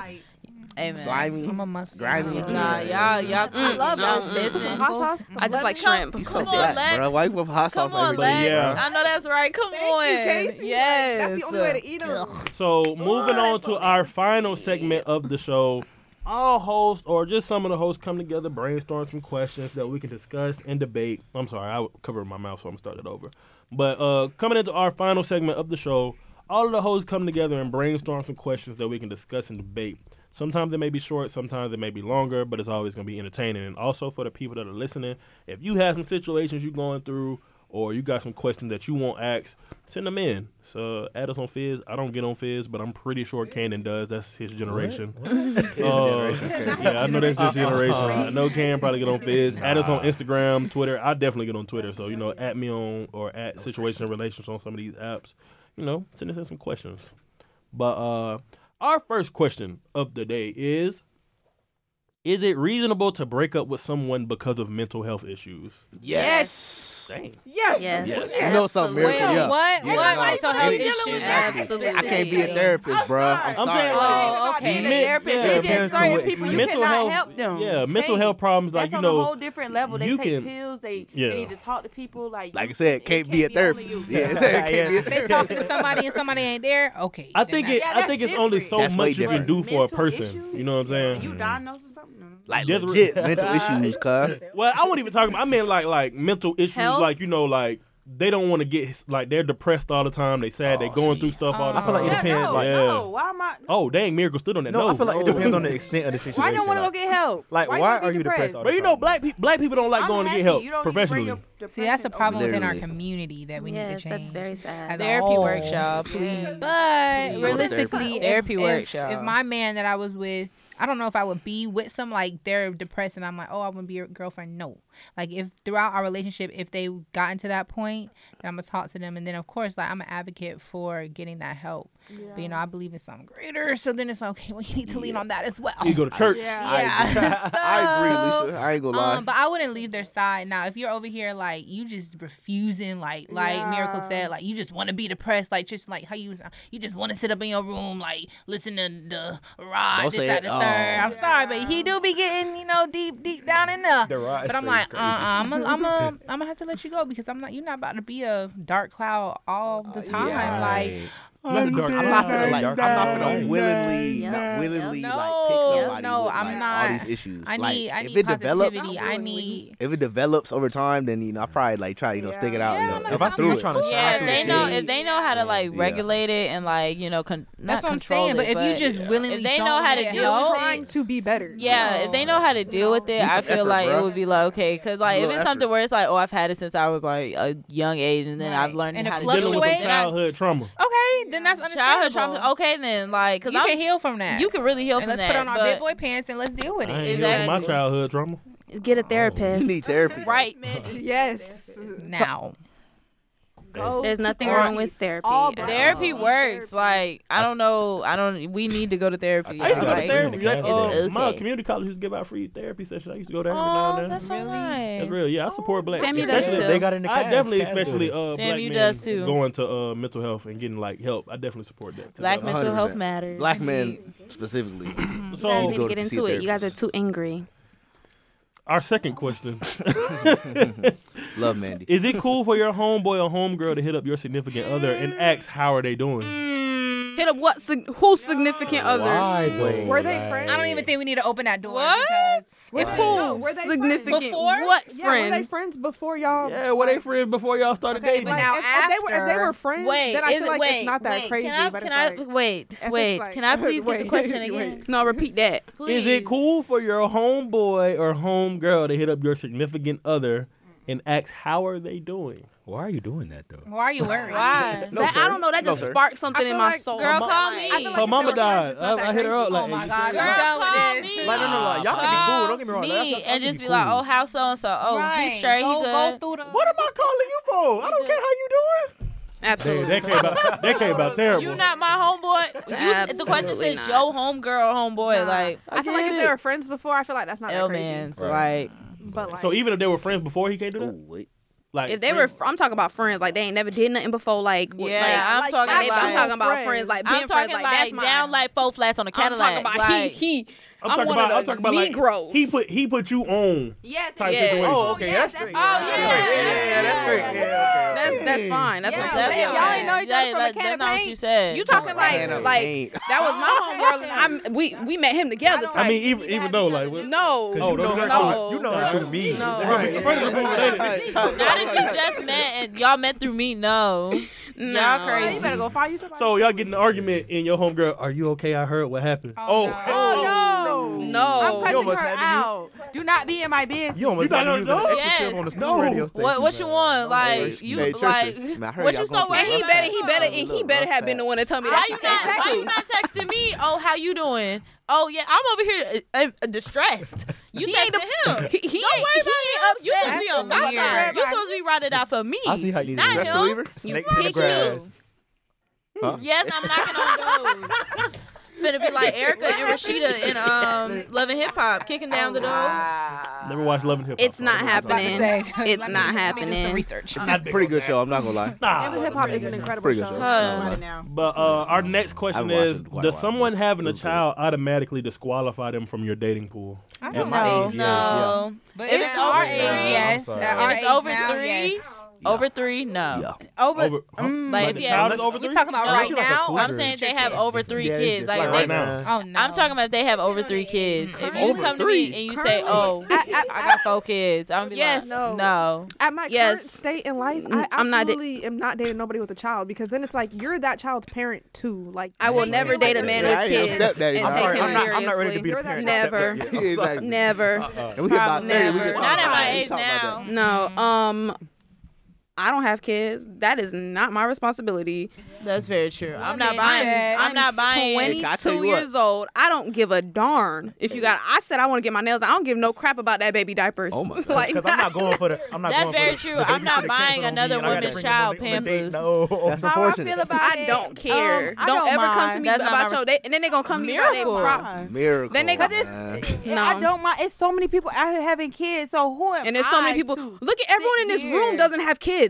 S2: I'm
S6: Amen.
S2: a
S4: Slimy.
S2: mustard.
S4: Grimy.
S6: Nah, y'all, y'all. I
S3: love
S5: no.
S6: Listen,
S3: Hot sauce.
S5: I just like shrimp.
S4: You so
S6: Come on,
S4: black,
S6: Lex.
S4: bro. Why you with hot sauce
S6: come on,
S4: every day,
S6: Lex.
S1: Yeah.
S6: I know that's right. Come on.
S3: Casey. Like,
S6: Yes.
S3: That's the only way to eat them.
S1: So moving on to our final segment of the show. All hosts or just some of the hosts come together, brainstorm some questions that we can discuss and debate. I'm sorry, I covered my mouth, so I'm starting over. But uh, coming into our final segment of the show, all of the hosts come together and brainstorm some questions that we can discuss and debate. Sometimes it may be short, sometimes it may be longer, but it's always going to be entertaining. And also for the people that are listening, if you have some situations you're going through or you got some questions that you want asked, send them in. So add us on Fizz. I don't get on Fizz, but I'm pretty sure Cannon does. That's his generation. Uh, yeah, I know that's his generation. I know Can probably get on Fizz. Add us on Instagram, Twitter. I definitely get on Twitter. So you know, at me on or at Situation and Relations on some of these apps. You know, send us in some questions. But uh our first question of the day is. Is it reasonable to break up with someone because of mental health issues?
S4: Yes.
S1: Dang.
S3: Yes.
S5: Yes.
S4: Yes. You know something miracle,
S6: Well,
S4: yeah.
S6: what?
S4: Yeah,
S6: what
S4: no.
S6: mental
S4: Yeah,
S6: health
S4: exactly.
S6: issues?
S4: Absolutely. I can't be a therapist, bro. I'm
S1: I'm saying,
S4: sorry.
S1: like,
S6: Oh, okay.
S1: Men-
S9: therapist.
S1: yeah,
S9: They
S7: depends
S9: just
S7: on what
S9: certain people you
S1: mental
S9: cannot
S1: health-
S9: help them.
S1: Yeah,
S9: You
S1: mental
S9: can't.
S1: health problems, like
S9: That's
S1: you
S9: on
S1: know,
S9: a whole different level. They
S1: you
S9: take
S1: can-
S9: pills. They,
S1: Yeah.
S9: they need to talk to people. Like
S4: Like I
S9: you-
S4: said,
S9: it
S4: can't be a
S9: only
S4: therapist.
S9: you.
S4: Yeah,
S9: (laughs)
S1: (laughs)
S4: it said it can't be a
S2: They
S4: therapist.
S2: talking to somebody and somebody ain't there. Okay.
S1: I
S2: then
S1: think
S2: that's-
S1: it.
S9: Yeah,
S1: I
S9: that's
S1: think it's only so
S4: That's way
S1: much you can
S4: different.
S1: do for a
S9: Mental
S1: person.
S9: issues?
S1: You know what I'm saying?
S9: You diagnosed with something? No, no, no.
S4: Like
S1: Yes,
S4: legit
S1: right.
S4: mental issues, cuz.
S1: Well, I won't even talk about. I mean, like like mental issues,
S5: Health?
S1: like you know, like they don't want to get like they're depressed all the time. They sad. they
S4: Oh,
S1: going
S4: see.
S1: through stuff all the
S7: I
S1: time.
S7: feel like it
S9: Yeah,
S7: depends,
S9: no,
S7: like-
S1: Yeah.
S9: no. Why am I?
S1: Oh, dang, miracle stood on that.
S7: No,
S1: no.
S7: I feel like it
S4: No.
S7: depends on the extent of the situation.
S9: Why you don't want to go
S7: like-
S9: get help?
S7: Like,
S9: you
S7: why
S9: wanna be
S7: are you depressed all the
S1: (laughs) But you know, black people black people don't like
S9: I'm
S1: going to
S9: happy.
S1: get help
S9: You don't need to bring
S1: professionally.
S9: your
S2: See, that's a
S9: depression
S2: problem within our
S4: Literally.
S2: community that we need
S5: yes,
S2: to change.
S5: that's very sad.
S2: As a
S6: Therapy
S2: whole.
S6: workshop, please.
S9: over.
S2: But
S4: Go to therapy.
S2: realistically, if,
S6: Therapy
S2: if,
S6: workshop.
S2: if my man that I was with, I don't know if I would be with some like they're depressed and I'm like, oh, I want to be your girlfriend. No, like if throughout our relationship, if they gotten to that point, then I'm gonna talk to them, and then of course, like I'm an advocate for getting that help. But you know, I believe in something greater, so then it's like, okay. Well, you need to lean on that as well.
S1: You go to church.
S2: Yeah.
S4: (laughs) I
S2: So-
S4: agree, Lisa. I ain't gonna lie.
S2: Um, but I wouldn't leave their side. Now, if you're over here like you just refusing, like like Miracle said, like you just want to be depressed, like just like how you you just want to sit up in your room, like listen to the rod,
S4: Don't
S2: this
S4: say
S2: that
S4: it.
S2: the third.
S4: Oh.
S2: I'm sorry, but he do be getting you know deep deep down in there.
S7: The Rod
S2: But I'm
S7: thing is
S2: like, uh, uh
S7: crazy.
S9: uh-uh.
S2: I'm gonna I'm
S4: (laughs)
S2: i I'm gonna have to let you go because I'm not. You're not about to be a dark cloud all
S4: Uh,
S2: the time. Like
S7: Right.
S1: Like a dark-
S4: I'm not finna like. I'm not
S7: Right.
S4: finna willingly,
S9: Yeah.
S4: not willingly
S2: No,
S4: like pick somebody
S2: no,
S4: with
S2: I'm
S4: like
S2: not.
S4: all these issues.
S2: I
S4: like,
S2: need I
S4: if
S2: need
S4: it
S2: positivity.
S4: develops,
S2: I need.
S4: if it develops over time, then you know I probably like try you know stick it out.
S2: Yeah,
S4: you
S2: I'm
S4: know,
S2: like,
S7: If I
S2: I'm
S7: still
S2: like,
S7: trying to
S6: Yeah,
S7: shine
S6: if
S7: through
S6: they
S7: shit,
S6: know if they know how to like
S4: Yeah.
S6: regulate it and like you know con-
S2: That's
S6: not
S2: what I'm
S6: control
S2: saying. But
S6: it,
S2: if you just willingly
S6: if they
S2: don't
S6: know how to
S2: let it
S6: deal-
S2: help,
S6: No.
S3: trying to be better.
S6: Yeah, if they know how to deal with it,
S4: Need
S6: I
S4: some
S6: feel
S4: effort,
S6: like it
S4: bruh.
S6: would be like okay, because
S4: Need
S6: like
S4: a
S6: if
S4: little
S6: it's something
S4: effort.
S6: where it's like oh I've had it since I was like a young age and then I've
S2: Right.
S6: learned
S2: And it
S6: how to
S1: Dealing
S6: deal
S1: with
S6: with
S1: some
S6: it. and I-
S1: childhood trauma.
S2: Okay, then that's
S6: Childhood
S2: understandable.
S6: trauma. Okay, then like because
S2: you can heal from that.
S6: you can really heal
S2: and
S6: from
S2: let's
S6: that.
S2: put on our
S6: but-
S2: big boy pants and let's deal with
S1: I ain't
S2: it.
S1: dealing with my
S5: Exactly.
S1: childhood trauma.
S5: Get
S3: Oh,
S5: a
S4: (laughs)
S5: therapist.
S4: you need therapy.
S6: Right.
S3: Yes.
S2: Now,
S3: Go
S5: There's
S3: to
S5: nothing
S3: therapy.
S5: wrong with therapy.
S3: All
S5: at
S3: brown.
S5: all.
S6: Therapy works. Like I don't know. I don't. We need to go to therapy.
S1: I used to go to
S6: Like-
S1: therapy. Like,
S6: It's
S1: uh, My
S6: okay.
S1: community college used to give out free therapy sessions. I used to go there every now
S6: Oh,
S1: and then.
S6: that's so nice.
S1: That's real. Yeah, I support black.
S5: Family does
S1: especially
S5: too.
S7: They got in the
S1: I
S7: cast,
S1: definitely,
S7: cast
S1: especially
S7: building.
S1: uh, black
S6: Family
S1: men
S6: does too.
S1: going to uh, mental health and getting like help. I definitely support that.
S6: Black
S1: men.
S6: mental
S4: 100%.
S6: health matters.
S4: Black men specifically.
S5: You guys
S1: So
S5: need
S4: go
S5: to get
S4: to see a
S5: into it. You guys are
S4: therapist.
S5: too angry.
S1: our second question:
S4: Love Mandy.
S1: Is it cool for your homeboy or homegirl to hit up your significant other and ask how are they doing?
S5: Hit up what? Sig- who's significant other?
S7: Why though?
S3: Were they friends?
S2: I don't even think we need to open that door.
S6: What?
S2: because
S3: Were
S2: if
S3: they,
S2: who-
S3: no, were they
S5: Significant.
S3: friends?
S2: Before?
S5: What
S3: Yeah, were they
S5: friend?
S3: friends before y'all?
S1: Yeah, were they friends before y'all started
S2: Okay,
S1: dating?
S2: but now
S3: if, if they were, if they
S2: after-
S3: were friends,
S6: Wait,
S3: then I
S6: is
S3: feel
S6: it-
S3: like
S6: wait,
S3: it's not that
S6: wait,
S3: crazy.
S6: Can I,
S3: but
S6: can
S3: it's
S6: I
S3: like,
S6: wait,
S3: it's
S6: wait?
S3: like-
S6: can I please get
S3: wait,
S6: the question
S3: wait.
S6: again?
S5: No, repeat that.
S6: Please.
S1: Is it cool for your homeboy or homegirl to hit up your significant other and ask how are they doing?
S7: Why are you doing that though?
S2: why are you worried?
S6: Why?
S4: No,
S5: That- I
S4: sir.
S5: don't know. That
S4: No,
S5: just
S4: sir.
S5: sparked something in
S3: feel
S5: my
S3: like,
S5: soul.
S6: Girl,
S5: Like,
S6: call
S3: I
S6: me.
S3: feel
S1: Her
S3: like if
S1: mama
S3: they were friends,
S1: died.
S3: it's
S1: I,
S3: not
S1: I
S3: that
S1: hit her
S3: crazy.
S1: up like,
S2: Oh my
S1: "Hey,
S2: God,
S1: you
S2: I'm
S1: sure?"
S2: done with
S6: Girl,
S2: this.
S1: Like, no, no, like, y'all can be cool. Don't get me wrong. Like, I
S6: Me
S1: can- I can
S6: and just be
S1: cool.
S6: like, oh, how so and so? Oh,
S2: Right.
S6: he's straight.
S2: Go,
S6: he
S2: go
S6: good.
S2: through the.
S1: What am I calling you for? I don't care how you doing.
S5: Absolutely.
S1: That came out. That came out terrible.
S6: You not my homeboy. You, s- the question
S5: Absolutely
S6: says
S5: not.
S6: yo homegirl or homeboy. Like,
S3: I feel like if they were friends before, I feel like that's not that
S6: L
S3: crazy.
S6: man's
S7: Right.
S6: like
S3: But like,
S1: so even if they were friends before, he can't do
S4: Ooh,
S1: that.
S4: wait.
S1: Like
S5: if they were, I'm talking about friends. Like they ain't never did nothing before. Like w-
S6: Yeah,
S5: like,
S6: I'm
S3: like,
S6: talking
S5: like,
S3: I'm
S5: they-
S6: about
S5: I'm talking about
S3: friends.
S5: friends. Like being
S6: I'm talking
S5: friends.
S6: like,
S5: Like, that's my
S6: down like four flats on a
S5: I'm
S6: Cadillac.
S5: talking about
S6: like,
S5: he he.
S1: I'm,
S5: I'm
S1: talking
S5: one
S1: about.
S5: of
S1: I'm
S5: the
S1: talking about like
S5: Negroes.
S1: he put he put you on
S9: Yes.
S1: type
S5: Yeah.
S1: situation.
S5: Oh,
S1: okay,
S9: that's great.
S5: Oh yeah,
S1: yeah, that's great. Yeah, okay.
S5: that's that's fine. That's
S9: Yeah,
S5: what
S6: That's
S9: Babe,
S6: all
S9: y'all
S6: right.
S9: ain't know each other
S6: Yeah,
S9: from a
S6: that-
S9: can
S6: that's
S9: of
S6: not what
S9: paint?
S6: you said.
S5: You talking like
S4: Man, I
S5: like
S4: ain't.
S5: that was my homegirl and I'm we we met him together.
S9: I
S5: Type.
S1: I mean, even even though like what-
S5: no,
S1: 'Cause
S5: no,
S1: you know her
S5: no,
S1: through- you know her through me.
S5: No.
S1: Right. The person who related-
S4: (laughs)
S6: Not if you just met and y'all met through me. No,
S5: No.
S6: y'all crazy.
S3: you better go find you somebody.
S1: So y'all get in an argument and your homegirl, are you okay? I heard what happened.
S4: Oh,
S9: Oh, no. I'm
S5: no.
S7: You
S9: cussing her
S7: almost had
S9: out. Do not be in my business.
S7: You almost
S1: You
S7: got to
S1: don't
S7: use an
S1: know?
S7: adjective on the school
S1: No.
S7: radio station.
S6: What what you
S7: man.
S6: want?
S4: Hey,
S6: Like you
S4: hey, Trisha,
S6: like
S4: man, I heard
S6: what
S4: y'all
S6: you
S4: going
S6: so
S4: through
S6: worried
S5: And he
S4: rough
S6: about?
S5: better he better and he better have been the one to tell me
S6: Why
S5: that she
S6: you not why you
S5: tasted
S6: not texting me? Oh, how you doing? Oh yeah, I'm over here uh, uh, distressed. You
S5: ain't
S6: texting
S5: (laughs)
S6: him.
S5: He, he
S6: Don't worry
S5: ain't,
S6: about him. You supposed to be
S5: That's
S6: on my side.
S5: weird.
S6: You supposed to be routed out for me.
S7: I see how you
S6: Not
S7: do it.
S6: him.
S4: Stress reliever?
S7: Snakes in the
S5: pick
S7: grass.
S6: Yes, I'm knocking on doors.
S5: (laughs)
S6: Finna be like Erica and Rashida in um Love and Hip Hop, kicking down the door.
S1: Never watched Love and Hip Hop.
S5: It's not happening. It's
S2: Let me-
S5: not
S2: let me do some
S5: happening.
S2: research.
S4: Pretty good show. I'm not
S6: (laughs)
S4: gonna lie.
S1: Nah.
S3: hip hop is an incredible
S4: Pretty good show.
S3: show.
S4: I'm not gonna lie.
S9: now.
S1: But uh, our next question
S4: I've watched
S1: is:
S4: it quite a
S1: Does
S4: while.
S1: someone
S4: It's-
S1: having a
S4: it's good.
S1: child automatically disqualify them from your dating pool?
S2: I
S4: At
S2: don't
S4: my
S2: know.
S4: age, yes.
S6: No.
S2: But
S6: If
S2: if
S6: it's
S2: it's our
S6: over
S2: age,
S6: three,
S2: yes.
S7: I'm sorry.
S2: At
S7: If
S2: our
S6: If it's
S2: age
S6: over
S2: now,
S6: three,
S2: yes.
S6: over three, no.
S4: Yeah.
S2: Over.
S1: Over, huh?
S2: Mm,
S6: Like,
S1: Like
S6: if
S1: the
S6: you
S1: child
S6: have,
S1: is over
S2: we
S1: three?
S2: talking about
S6: No,
S2: right
S6: she
S7: like a
S2: now.
S7: cougar.
S6: I'm saying if they have over three
S7: Yeah,
S6: kids. Like,
S1: like
S6: they-
S1: right now.
S2: Oh no.
S6: I'm talking about if they have over three kids. If you
S4: Over
S6: come to
S4: three?
S6: me and you say, "Oh, I, got four kids," I'm gonna be
S5: Yes.
S6: like,
S3: No.
S6: "No,
S3: At my
S5: Yes.
S3: current state in life,
S5: Mm,
S3: I
S5: I'm not da-
S3: absolutely am not dating nobody with a child because then it's like you're that child's parent too. Like
S5: I will
S3: you
S5: never
S3: feel
S5: date a
S3: like
S5: man
S4: Yeah, I ain't
S5: with
S4: no
S5: kids and
S4: stepdaddy.
S5: take
S4: I'm sorry,
S5: him
S7: I'm not, I'm not ready to be
S5: seriously.
S7: a parent.
S5: Never.
S7: Step
S4: Yeah,
S7: (laughs)
S4: exactly.
S5: Never.
S7: Uh-uh.
S4: And we about
S5: Probably
S4: 30, we
S5: never.
S4: can talk
S6: not at
S4: about that.
S6: my
S4: We
S5: Mm-hmm.
S6: age
S4: talk about that.
S6: now."
S5: No. Um I don't have kids. That is not my responsibility.
S6: That's very true. I'm not
S2: Woman
S6: buying.
S2: said-
S6: I'm not buying.
S4: I tell
S5: 22
S4: you what.
S5: years old. I don't give a darn if you got. I said I want to get my nails. done. I don't give no crap about that baby diapers.
S4: Oh my
S5: (laughs)
S4: God.
S5: like,
S7: Because I'm not going for the. I'm not
S6: That's
S7: going for
S6: very
S7: the-
S6: true.
S7: the baby
S6: I'm not
S7: shoulda
S6: buying
S7: canceled on me
S6: another
S7: and I gotta
S6: women's
S7: bring them on
S6: child
S7: the- on the date.
S4: That's
S6: Pampers.
S7: No.
S10: How I feel
S4: unfortunate.
S10: about
S5: I
S10: it,
S5: don't care.
S10: um, I
S5: don't,
S10: don't
S5: ever come to
S10: mind.
S5: me
S6: That's not
S5: about
S6: my
S5: your. They, and then they gonna come to you
S6: Miracle.
S5: about their prop.
S4: Miracle.
S5: Then they got this-
S4: man.
S10: Yeah, I
S5: No.
S10: don't mind. It's so many people out here having kids. So who am
S5: And there's so many
S10: I
S5: people.
S10: to-
S5: Look at everyone in this
S10: sit
S5: room
S10: here?
S5: doesn't have kids.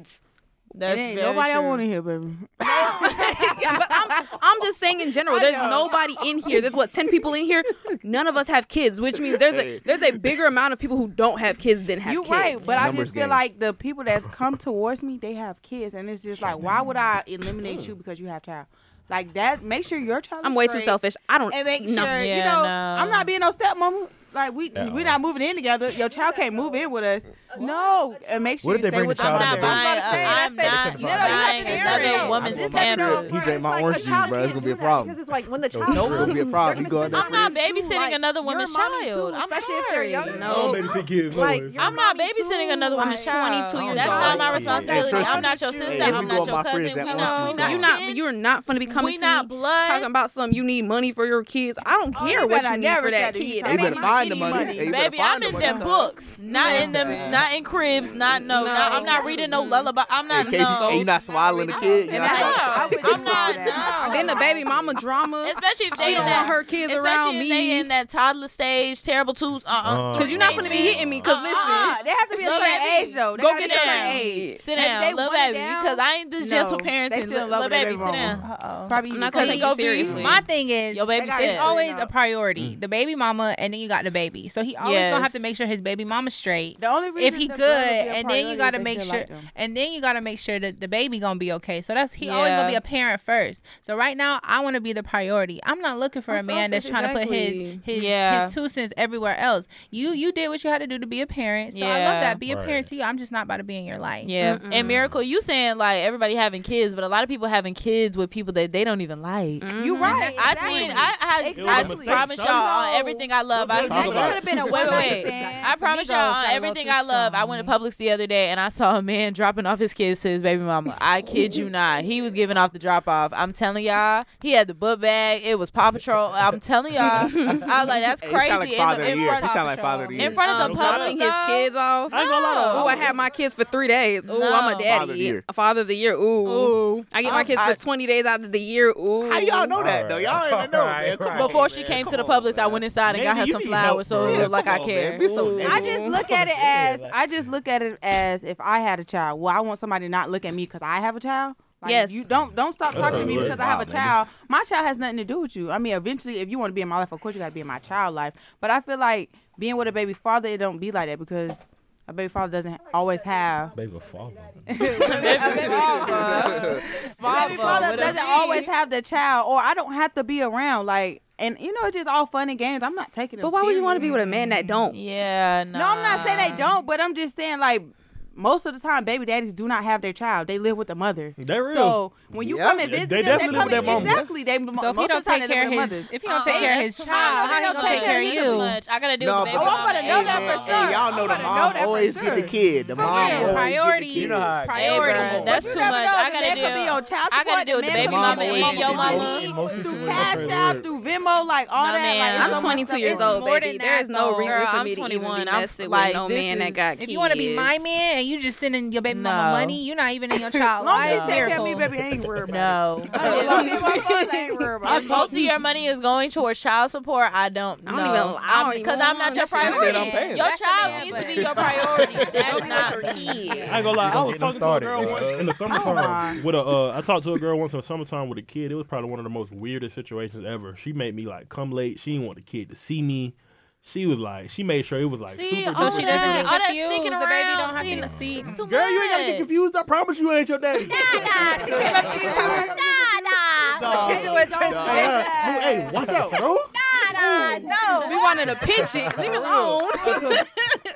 S6: That's
S3: ain't
S6: very
S3: nobody I
S6: true.
S3: want in here, baby.
S5: (laughs) but I'm, I'm just saying in general. There's nobody in here. There's what ten people in here. None of us have kids, which means there's a there's a bigger amount of people who don't have kids than have
S3: You
S5: kids.
S3: right, but I
S4: Numbers
S3: just feel
S4: game.
S3: like the people that's come towards me, they have kids, and it's just like, why would I eliminate you because you have child? Like that, make sure your child.
S5: I'm
S3: is
S5: way too
S3: straight
S5: selfish. I don't.
S3: And make sure
S5: no.
S3: you
S6: Yeah,
S3: know
S6: no.
S3: I'm not being no stepmom. Like we
S7: At
S3: we're
S7: all.
S3: not moving in together. Your child can't move in with us. No, and make sure
S7: What if
S3: you
S7: they
S3: stay
S7: bring
S3: with
S7: the
S6: I'm
S7: child
S6: not
S7: in
S6: buying.
S7: there?
S6: I'm not
S7: You know, you
S6: buying
S7: have to marry
S6: another
S7: him.
S6: woman's
S4: Well, my
S6: Pampers.
S4: crib, He drank my orange
S11: a
S4: juice,
S11: child
S4: bro. It's
S11: can't
S4: gonna
S11: do
S4: be a
S11: that,
S4: problem.
S11: Because it's like when the
S7: Yo,
S11: child
S7: nope.
S11: comes,
S7: Gonna be a
S4: problem. You
S11: they're
S4: going
S11: gonna
S6: I'm
S11: spend
S6: not
S11: time with you,
S6: babysitting
S11: like,
S6: another
S11: you're
S6: woman's
S11: a mommy
S6: child.
S11: Too,
S6: I'm
S11: especially if they're
S6: sorry.
S11: younger.
S6: No.
S7: Oh, baby, see kids. no
S11: Like,
S7: way.
S11: you're
S6: I'm not
S11: mommy
S6: babysitting
S11: too.
S6: another woman's
S3: I'm 22
S6: child.
S3: years
S6: That's
S4: old.
S6: not my
S4: Yeah.
S6: responsibility.
S4: Hey,
S6: I'm not your
S11: Tristan.
S6: sister.
S11: Hey,
S4: we go
S6: I'm not
S4: in my
S6: your cousin.
S4: fridge,
S6: We
S4: that orange
S6: not,
S4: juice
S6: we
S4: gone.
S6: not
S5: You're not.
S6: kin.
S5: You're not fun to be coming
S6: we
S5: to
S6: not
S5: me
S6: blood.
S5: talking about some. You need money for your kids. I don't
S3: Oh,
S5: care
S3: you
S5: what
S3: better
S5: you need
S3: never
S5: for that
S3: said he
S5: kid.
S3: tired.
S4: They
S3: That
S4: better
S3: ain't
S4: find the
S3: my
S4: money.
S3: money.
S4: They better
S6: Baby, I'm
S4: find
S6: in
S4: the
S6: them
S4: money.
S6: books, not in them, not in cribs, not no,
S5: No.
S6: not, I'm not reading no lullaby. I'm
S4: In
S6: not
S4: case you-
S6: no.
S4: and you not swallowing the kid. You're
S3: And
S4: not
S3: I-
S4: swallowing-
S3: I wouldn't
S6: I'm
S3: do
S6: not.
S3: that.
S6: No.
S5: Then the baby mama drama.
S6: (laughs) Especially if they
S5: She
S6: in
S5: don't
S6: that,
S5: want her kids
S6: especially
S5: around
S6: if They in
S5: me.
S6: that toddler stage, terrible twos. Uh uh
S7: Uh,
S5: Cause you're not gonna be hitting me. Cause
S6: Uh-uh.
S5: listen,
S3: Uh-uh. They have to be a
S6: Look
S3: certain
S6: at
S3: age though. They
S5: go
S3: gotta
S5: get
S3: be a certain
S5: down.
S3: age.
S6: Sit
S3: If
S6: down,
S3: they
S6: little
S3: want it
S6: baby,
S3: down,
S6: because I ain't this
S3: no.
S6: gentle
S3: They
S6: parenting.
S3: still in love
S6: little
S3: with their
S6: baby,
S3: baby
S6: sit
S3: mama.
S6: down.
S2: Uh oh.
S3: Probably
S5: I'm not
S3: because
S5: gonna take
S6: go
S5: it
S6: be
S5: seriously.
S6: my
S2: My thing is,
S6: Your baby
S3: They gotta
S6: fit.
S3: be
S2: it's always
S3: Straight
S2: a
S3: up.
S2: priority. The baby mama, and then you got the baby. So he always
S6: Yes.
S2: gonna have to make sure his baby mama's straight.
S3: The only reason
S2: if he
S3: the
S2: good,
S3: girl would be a
S2: and then
S3: priority
S2: you
S3: if
S2: gotta
S3: they
S2: make
S3: still
S2: sure,
S3: like them.
S2: and then you gotta make sure that the baby gonna be okay. So that's he always
S6: Yeah.
S2: gonna be a parent first. So right now, I want to be the priority. I'm not looking for
S5: I'm
S2: a man that's
S5: selfish,
S2: trying to put his
S5: exactly.
S2: his
S6: Yeah.
S2: his two cents everywhere else. You you did what you had to do to be a parent. So I
S6: Yeah.
S2: love that. Be a
S7: Right.
S2: parent to you. I'm just not about to be in your life.
S6: Yeah, and Miracle, you saying like everybody having kids, but a lot of people having kids with people that they don't even like.
S5: Mm-hmm.
S3: You right.
S6: I
S3: exactly.
S6: seen. I, I,
S7: Exactly.
S6: I promise y'all
S3: No.
S6: on everything I love. I
S7: Talk
S3: That
S6: seen.
S3: could
S7: about it.
S3: have been a
S6: Wait,
S3: one
S6: wait,
S3: night
S6: wait.
S3: stand.
S6: I promise
S2: Migos
S6: y'all on
S2: got a
S6: everything
S2: little
S6: I
S2: too
S6: love. I
S2: strong.
S6: went to Publix the other day and I saw a man dropping off his kids to his baby mama. I kid you not. He was giving off the drop off. I'm telling y'all, he had the book bag. It was Paw Patrol. I'm telling y'all. I was like,
S4: (laughs)
S6: that's
S4: Hey, he
S6: crazy.
S4: sound like
S6: In
S4: father
S6: the-
S4: of
S6: in
S4: the year.
S6: front
S4: He
S6: of-
S4: sound like father of the year.
S6: in front of
S5: um,
S6: the
S5: dropping
S6: public,
S5: his kids off.
S1: I ain't gonna lie
S5: Oh,
S1: though.
S5: I had my kids for three days. Oh, I'm
S6: No.
S5: a
S4: Father of the
S5: daddy.
S4: year.
S5: a father of the year. Ooh.
S6: Ooh.
S5: I get my kids for 20 days out of the year. Ooh.
S4: How y'all know that though? Y'all ain't even know. man. Come on,
S6: Before she
S4: man.
S6: came to
S4: Come
S6: the
S4: on,
S6: Publix, I
S4: man.
S6: went inside and
S1: Maybe
S6: got her
S1: you
S6: some
S1: need
S6: flowers,
S1: help,
S6: so it
S1: bro.
S6: looked
S1: Yeah,
S6: like
S4: come
S6: I
S4: on,
S6: care.
S4: man. Be so
S5: Ooh.
S7: (laughs)
S3: I
S4: negative. (laughs)
S3: just look at it
S7: Yeah,
S3: as
S7: like-
S3: I just look at it as if I had a child. Well, I want somebody to not look at me because I have a child. Like,
S5: Yes.
S3: You don't don't stop talking to me
S7: Uh,
S3: because I have a
S4: wow,
S3: child. My child has nothing to do with you. I mean, eventually, if you want to be in my life, of course you got to be in my child life. But I feel like being with a baby father, it don't be like that because a baby father doesn't always have.
S7: Baby, a father.
S6: "Oh,
S4: (laughs)
S3: Baby father doesn't always have the child, or I don't have to be around. Like, and you know, it's just all fun and games. I'm not taking it.
S5: But why would you want to be with a man that don't?
S6: Yeah, no.
S3: No, I'm not saying they don't, but I'm just saying like most of the time, baby daddies do not have their child. They live with the mother.
S1: That real.
S3: So when you
S4: Yeah.
S3: come and
S1: They
S3: visit them,
S1: definitely
S3: they
S1: live
S3: come
S1: with
S3: in,
S1: their mama.
S3: exactly. They
S2: So
S3: most
S2: if
S3: of
S2: he
S3: the
S2: don't
S3: time
S2: take
S3: they
S2: care
S3: live
S2: of his,
S3: with the mothers.
S2: if he don't take care of his child, how he
S3: don't
S2: gonna
S3: take
S2: take care of
S3: care
S2: you?
S6: I gotta do
S4: No, but-
S6: with baby
S4: Oh, I'm
S6: mama
S3: gonna know
S6: and
S3: that
S6: baby
S3: for
S4: Hey,
S6: mama.
S3: sure.
S4: Y'all know the
S3: I'm gonna
S4: mom
S3: know that for
S4: always
S3: sure.
S4: get the kid. The mom
S2: real.
S4: always
S2: Priorities.
S4: get
S7: You know how
S4: the
S7: it
S4: kid.
S7: goes.
S6: Hey,
S2: Priorities.
S6: bruh,
S4: But
S6: that's
S3: you
S6: too
S3: never
S6: much. I
S3: know, the
S6: gotta
S3: man could
S6: deal.
S3: be on
S6: I
S3: child
S6: gotta
S3: support,
S6: deal with
S3: the
S6: the
S3: man
S6: baby
S3: could be
S6: mama
S3: on
S6: and
S3: the
S6: your
S3: mom.
S6: mama.
S7: It- most of the
S3: through
S7: time-
S3: cash out, through Venmo, like all
S6: Nah,
S3: that.
S6: man. I'm
S3: Like, it's so much
S5: 22
S3: stuff.
S5: years
S3: It's
S5: old,
S3: more
S5: baby.
S3: than
S5: There
S3: that,
S5: is no
S3: though.
S5: reason
S6: Girl,
S5: for
S6: I'm
S5: me to even
S6: 21.
S5: be
S6: I'm-
S5: messing
S6: like,
S5: with no
S6: this
S5: man
S6: is-
S5: that got
S6: if
S5: kids.
S2: If you want to be my
S5: (laughs)
S2: man and you just sending your baby
S6: No.
S2: mama money, you're not even in your
S3: As
S2: child
S3: (laughs) long as
S2: life.
S3: you take care of me,
S2: Miracle.
S3: baby, I ain't worried about
S6: No.
S3: it. As long as my father ain't worried
S6: (laughs)
S3: about
S6: If
S3: it.
S6: most of your money is going towards child support, I don't.
S5: I don't
S6: know.
S5: even- I don't even
S6: because I'm not your
S4: shit. They
S5: want
S4: said I'm
S6: priority.
S4: paying.
S6: Your
S2: That's
S6: child
S2: the man,
S6: needs to
S2: but-
S6: be your
S2: (laughs)
S6: priority. That's not
S1: I
S6: me.
S1: ain't gonna lie. I
S7: You gonna
S1: was talking
S7: get them
S1: to a girl
S7: started,
S1: once
S7: bro.
S1: in the
S3: my.
S1: summertime with a. Uh, I talked to a girl once in the summertime with a kid. It was probably one of the most weirdest situations ever. She made me like come late. She didn't want the kid to see me. She was like, she made sure it was like
S6: See,
S1: super.
S6: all
S1: duper
S6: that,
S1: secret.
S6: all that
S2: confused.
S6: sneaking
S2: The baby don't
S6: around,
S2: have
S6: see,
S2: to
S6: see, it's too
S4: Girl, you ain't gotta get
S6: much.
S4: confused. I promise you, I ain't your daddy.
S1: Hey, hey, watch out, bro.
S2: (laughs)
S5: We wanted to pinch it. Leave me alone.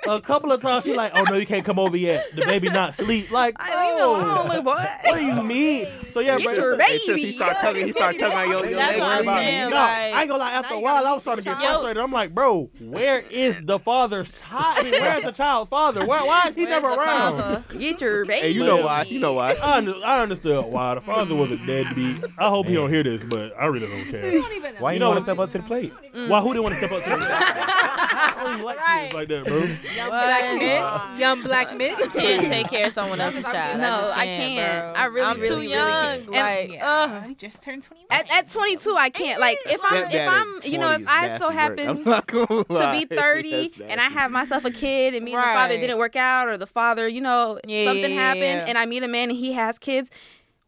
S1: a couple of times she like, oh no, you can't come over yet. The baby not sleep. Like,
S5: Like, leave me alone,
S1: bro,
S5: little boy.
S1: what do you mean? So yeah,
S5: Get
S1: bro.
S5: your
S4: Hey, Tris,
S5: baby.
S4: He started tugging. He started tugging on your, your
S6: That's
S4: legs.
S6: what I'm
S4: bro.
S6: saying.
S1: No, I ain't gonna lie. After
S5: Now
S1: a
S5: you gotta
S1: while, I
S5: meet
S1: was starting to
S5: your
S1: get
S5: child.
S1: frustrated. I'm like, bro, where is the father's child? I mean, where's the child's father? Why, why is he
S6: Where's
S1: never
S6: the
S1: around?
S6: father?
S5: Get your baby.
S4: Hey, you know why? You know why?
S1: I, under, I understood why the father was a deadbeat. I hope he don't hear this, but I really don't care.
S7: Why you,
S1: know what-
S7: want to step up to the plate?
S5: Mm-hmm.
S1: Why who didn't want to step
S5: (laughs)
S1: up to the (laughs) Why do you like kids like that, bro?
S6: What?
S2: Young black men.
S6: Can't take care of someone else's child.
S5: No,
S6: just
S5: I
S6: can't,
S5: can't.
S6: bro.
S5: I really,
S6: I'm too
S5: really, really
S6: young.
S5: can't.
S6: Like,
S2: Yeah,
S6: ugh.
S2: we just turned 21.
S5: At, at 22, I can't. Like, if I'm, if I'm, you know, if I so happen to
S4: (laughs)
S1: (laughs)
S5: be 30 and I have myself a kid and me and the father
S6: Right.
S5: didn't work out or the father, you know,
S6: Yeah,
S5: something
S6: yeah,
S5: happened
S6: yeah.
S5: and I meet a man and he has kids,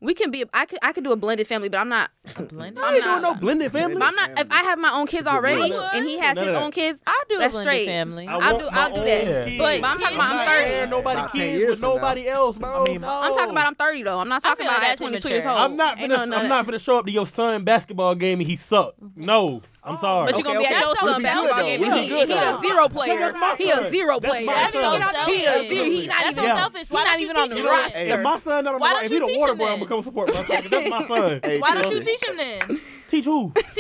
S5: we can be, I could, I could do a blended family, but I'm not,
S6: Blended.
S5: I'm
S1: I ain't
S5: not-
S1: doing no blended family.
S5: but I'm not, if I have my own kids already
S1: word.
S5: and he has
S1: None of
S5: his
S1: that.
S5: own kids,
S6: I'll do a
S5: That's
S6: blended
S5: straight.
S6: family.
S1: I
S5: I'll
S1: want
S5: do-
S1: my
S5: I'll do
S1: own
S5: that.
S1: kids.
S5: But I'm talking about I'm 30.
S1: marrying nobody
S4: About 10
S1: kids
S4: years
S1: with
S4: from now.
S1: nobody else, bro.
S7: I mean,
S1: no.
S5: I'm talking about I'm 30 though. I'm not
S6: Oh. I
S5: talking
S6: feel
S5: about at
S6: like that's
S5: 22
S6: immature.
S5: years old.
S1: I'm not
S5: Ain't
S1: gonna.
S5: no none
S1: I'm
S5: of
S1: not gonna show up to your son basketball game and he sucked. No, I'm sorry.
S5: But you gonna
S4: Okay,
S5: be at
S4: okay.
S5: your
S4: That's
S5: son's
S4: so
S5: basketball
S4: good,
S5: game.
S4: though.
S5: and He,
S4: That's good,
S5: he a
S4: though.
S5: zero
S1: That's
S5: player.
S1: my
S5: He a
S1: son.
S5: zero
S1: That's
S5: player.
S1: my
S6: That's so
S1: son.
S6: selfish.
S5: He a zero. He
S6: That's
S5: not
S1: Yeah.
S6: so
S5: even.
S6: selfish. Why
S5: he
S6: don't
S5: not
S6: you
S5: even on
S6: teach
S5: the
S6: him that?
S5: roster.
S1: if my son not on the
S6: Why
S1: right, if he
S6: don't
S1: the
S6: you
S1: water
S6: teach him
S1: boy, I'm gonna
S6: that?
S1: come support my son. That's my
S4: (laughs)
S1: son.
S6: Why don't you teach him then?
S1: Teach who?
S6: Teach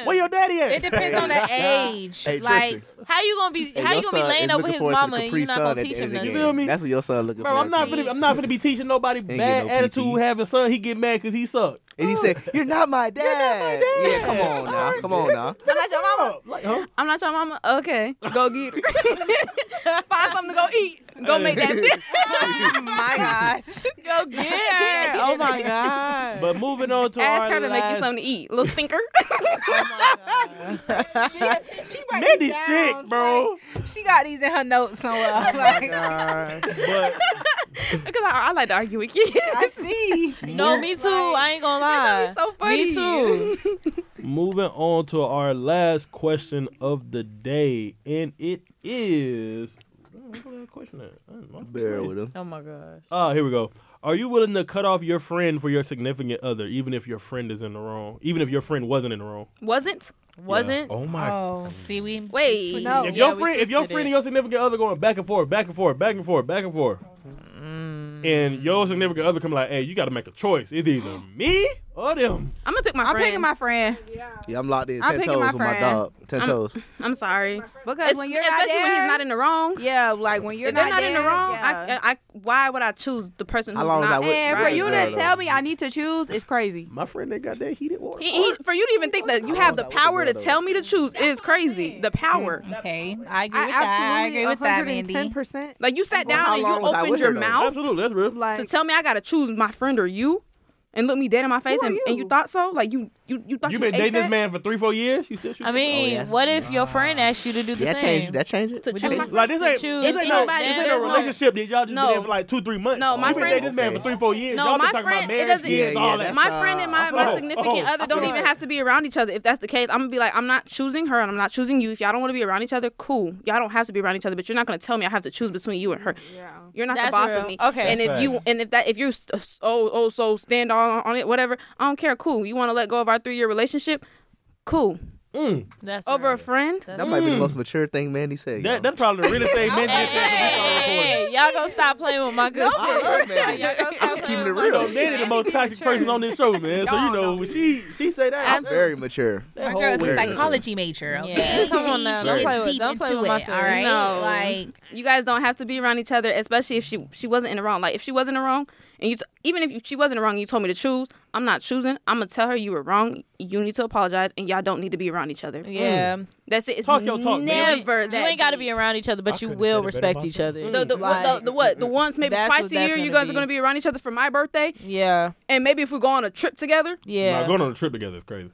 S6: him.
S1: Where your daddy at?
S2: It depends on the age.
S4: (laughs) Hey,
S2: like,
S4: Tristan.
S6: How you gonna be?
S4: Hey,
S6: how
S4: your
S6: you gonna be
S4: son
S6: laying
S4: is
S6: up with
S4: looking
S6: his
S4: forward to the
S6: mama and you
S4: Capri
S6: not
S4: Sun
S6: gonna
S4: at
S6: teach
S4: the
S6: him
S4: end of the
S1: You
S6: nothing?
S4: game.
S1: feel me?
S4: That's what your son looking
S1: Bro,
S4: for.
S1: I'm not
S4: son.
S1: finna, I'm not finna be teaching nobody
S4: get
S1: bad
S4: no PT.
S1: attitude having son. He get mad because he sucked.
S4: And he said, "You're not my dad." Yeah, come on now, come on now.
S5: I'm not your mama.
S1: Like, huh?
S5: I'm not your mama.
S9: (laughs)
S5: Okay,
S4: (laughs)
S5: go get her. Find something to go eat. Go
S4: (laughs)
S5: make that. (laughs)
S6: my gosh. Go get her. Oh my god.
S1: But moving on to our
S5: Ask her to make
S1: last...
S5: you something to eat. Little stinker. (laughs)
S2: she, she write
S1: Mandy
S2: these down.
S1: sick, bro.
S2: Like, she got these in her notes somewhere. Like,
S1: but
S5: Because I, I like to argue
S9: (laughs)
S5: with kids.
S2: I see.
S6: No, me too. I ain't gonna lie.
S5: so funny.
S6: Me too.
S1: moving on to our last question of the day, and it is. Damn, where that question at? I didn't- I'm
S4: Bear
S1: afraid.
S4: with him.
S6: Oh my god.
S1: Ah, here we go. Are you willing to cut off your friend for your significant other, even if your friend is in the wrong, even if your friend wasn't in the wrong?
S5: Wasn't.
S6: Wasn't.
S7: Oh my.
S2: Oh, see, we
S5: Wait.
S1: If
S2: No.
S6: Oh, Yeah,
S1: your
S6: we
S1: friend, if your
S6: twisted
S1: friend
S6: it.
S1: and your significant other going back and forth, back and forth, back and forth, back and forth, and
S6: Mm.
S1: your significant other come like, "Hey, you got to make a choice. It's
S6: (gasps)
S1: either me or them."
S5: I'm gonna pick my
S9: I'm
S5: friend.
S9: picking my friend
S4: Yeah, I'm locked in.
S9: I'm
S4: Ten
S9: picking
S4: toes
S9: my
S4: with my
S9: friend.
S4: dog. 10
S5: I'm-
S4: toes.
S5: I'm sorry.
S9: because
S5: Es-
S9: when you're
S5: especially
S9: not there,
S5: when he's not in the wrong.
S9: yeah, like when you're
S5: If they're
S9: not,
S5: not in the
S9: there,
S5: wrong,
S9: yeah.
S5: I, I, why would I choose the person
S4: How
S5: who's
S4: long was I
S5: not?
S4: with-
S9: and for
S4: Right,
S9: you
S4: right.
S9: to tell me I need to choose is crazy.
S1: My friend, they got that heated water.
S5: He- he- for you to even think that you have the power to tell me to choose is crazy. The
S9: Mm-hmm.
S5: power.
S2: okay. I agree
S3: I
S2: with that. I agree
S3: absolutely
S2: with that, Mandy.
S3: 110%.
S5: Like you sat
S4: Well, how
S5: down and
S4: long
S5: you
S4: was I
S5: opened
S4: with
S5: your
S4: her, though?
S5: mouth
S1: Absolutely, that's real.
S5: to
S3: Like,
S5: tell me I gotta choose my friend or you, and look me dead in my face,
S3: are
S5: and, and you
S3: you?
S5: thought so? Like you, you, you thought you,
S1: You been
S5: ate
S1: dating
S5: that?
S1: this man for three, four years. You still shooting?
S6: I mean,
S4: yes.
S6: what if your friend asked you to do the
S4: Yeah,
S6: same?
S4: change. That change it.
S6: To choose.
S1: like this ain't
S6: choose.
S1: this
S5: If
S1: ain't no
S5: anybody-
S1: this ain't
S5: there's
S1: no
S5: no-
S1: relationship that y'all just
S5: No.
S1: been in for like two, three months.
S5: No, my
S1: you been
S5: friend-
S1: dating this man for three, four years.
S5: No,
S1: y'all
S5: my
S1: been talking
S5: friend,
S1: about
S5: it
S1: marriage,
S5: doesn't.
S1: kids,
S4: Yeah,
S1: all
S4: yeah,
S1: that.
S4: that's-
S5: my
S4: uh,
S5: friend and my,
S1: I
S5: my
S1: feel-
S5: significant
S1: oh,
S5: other
S1: I
S5: don't
S1: feel
S5: even
S1: like-
S5: have to be around each other. If that's the case, I'm gonna be like, I'm not choosing her and I'm not choosing you. If y'all don't want to be around each other, cool. Y'all don't have to be around each other, but you're not gonna tell me I have to choose between you and her.
S3: yeah.
S5: You're not the
S6: That's
S5: boss
S6: real.
S5: of me.
S6: Okay.
S5: And if
S1: That's
S5: you
S1: facts.
S5: and if that if you're so oh so stand on on it whatever, I don't care. Cool. You want to let go of our three year relationship? Cool.
S1: Mm.
S6: That's
S5: Over a
S6: right.
S5: friend?
S4: That might be the most mature thing Mandy said.
S1: That
S4: y'all.
S1: that's probably the realest thing men
S6: Hey,
S1: did since
S6: hey, hey, y'all gonna stop playing with my good
S4: I
S6: shit.
S4: love Mandy. I'm just keeping
S1: we started
S4: it
S1: recording. You know,
S4: real.
S1: Manny the most toxic person on this show, man. So you know, when she she say that.
S4: I'm very mature.
S1: that
S2: My
S1: whole
S2: girl's a
S1: way.
S2: psychology major. Okay?
S6: Yeah, come on now.
S2: She-
S6: Don't
S2: she
S6: play with-
S2: deep
S6: don't play
S2: into
S6: with my
S2: it, All right,
S5: No.
S2: like
S5: You guys don't have to be around each other, especially if she she wasn't in the wrong. Like if she wasn't in the wrong, and you t- even if you, she wasn't in the wrong, and you told me to choose. I'm not choosing. I'm gonna tell her you were wrong. You need to apologize, and y'all don't need to be around each other.
S6: Yeah.
S5: That's it. It's
S1: Talk your talk, bitch.
S5: Never
S6: You
S5: that
S6: ain't gotta
S5: deep.
S6: be around each other, but you
S7: couldn't
S6: will
S7: have said it better
S6: respect each other.
S5: The, the,
S6: Like,
S5: the, the what the once maybe
S6: That's
S5: twice
S6: what
S5: a year
S6: that's
S5: you
S6: gonna
S5: guys are
S6: be.
S5: gonna be around each other for my birthday
S6: yeah,
S5: and maybe if we go on a trip together
S1: Nah,
S6: yeah.
S1: going on a trip together is crazy.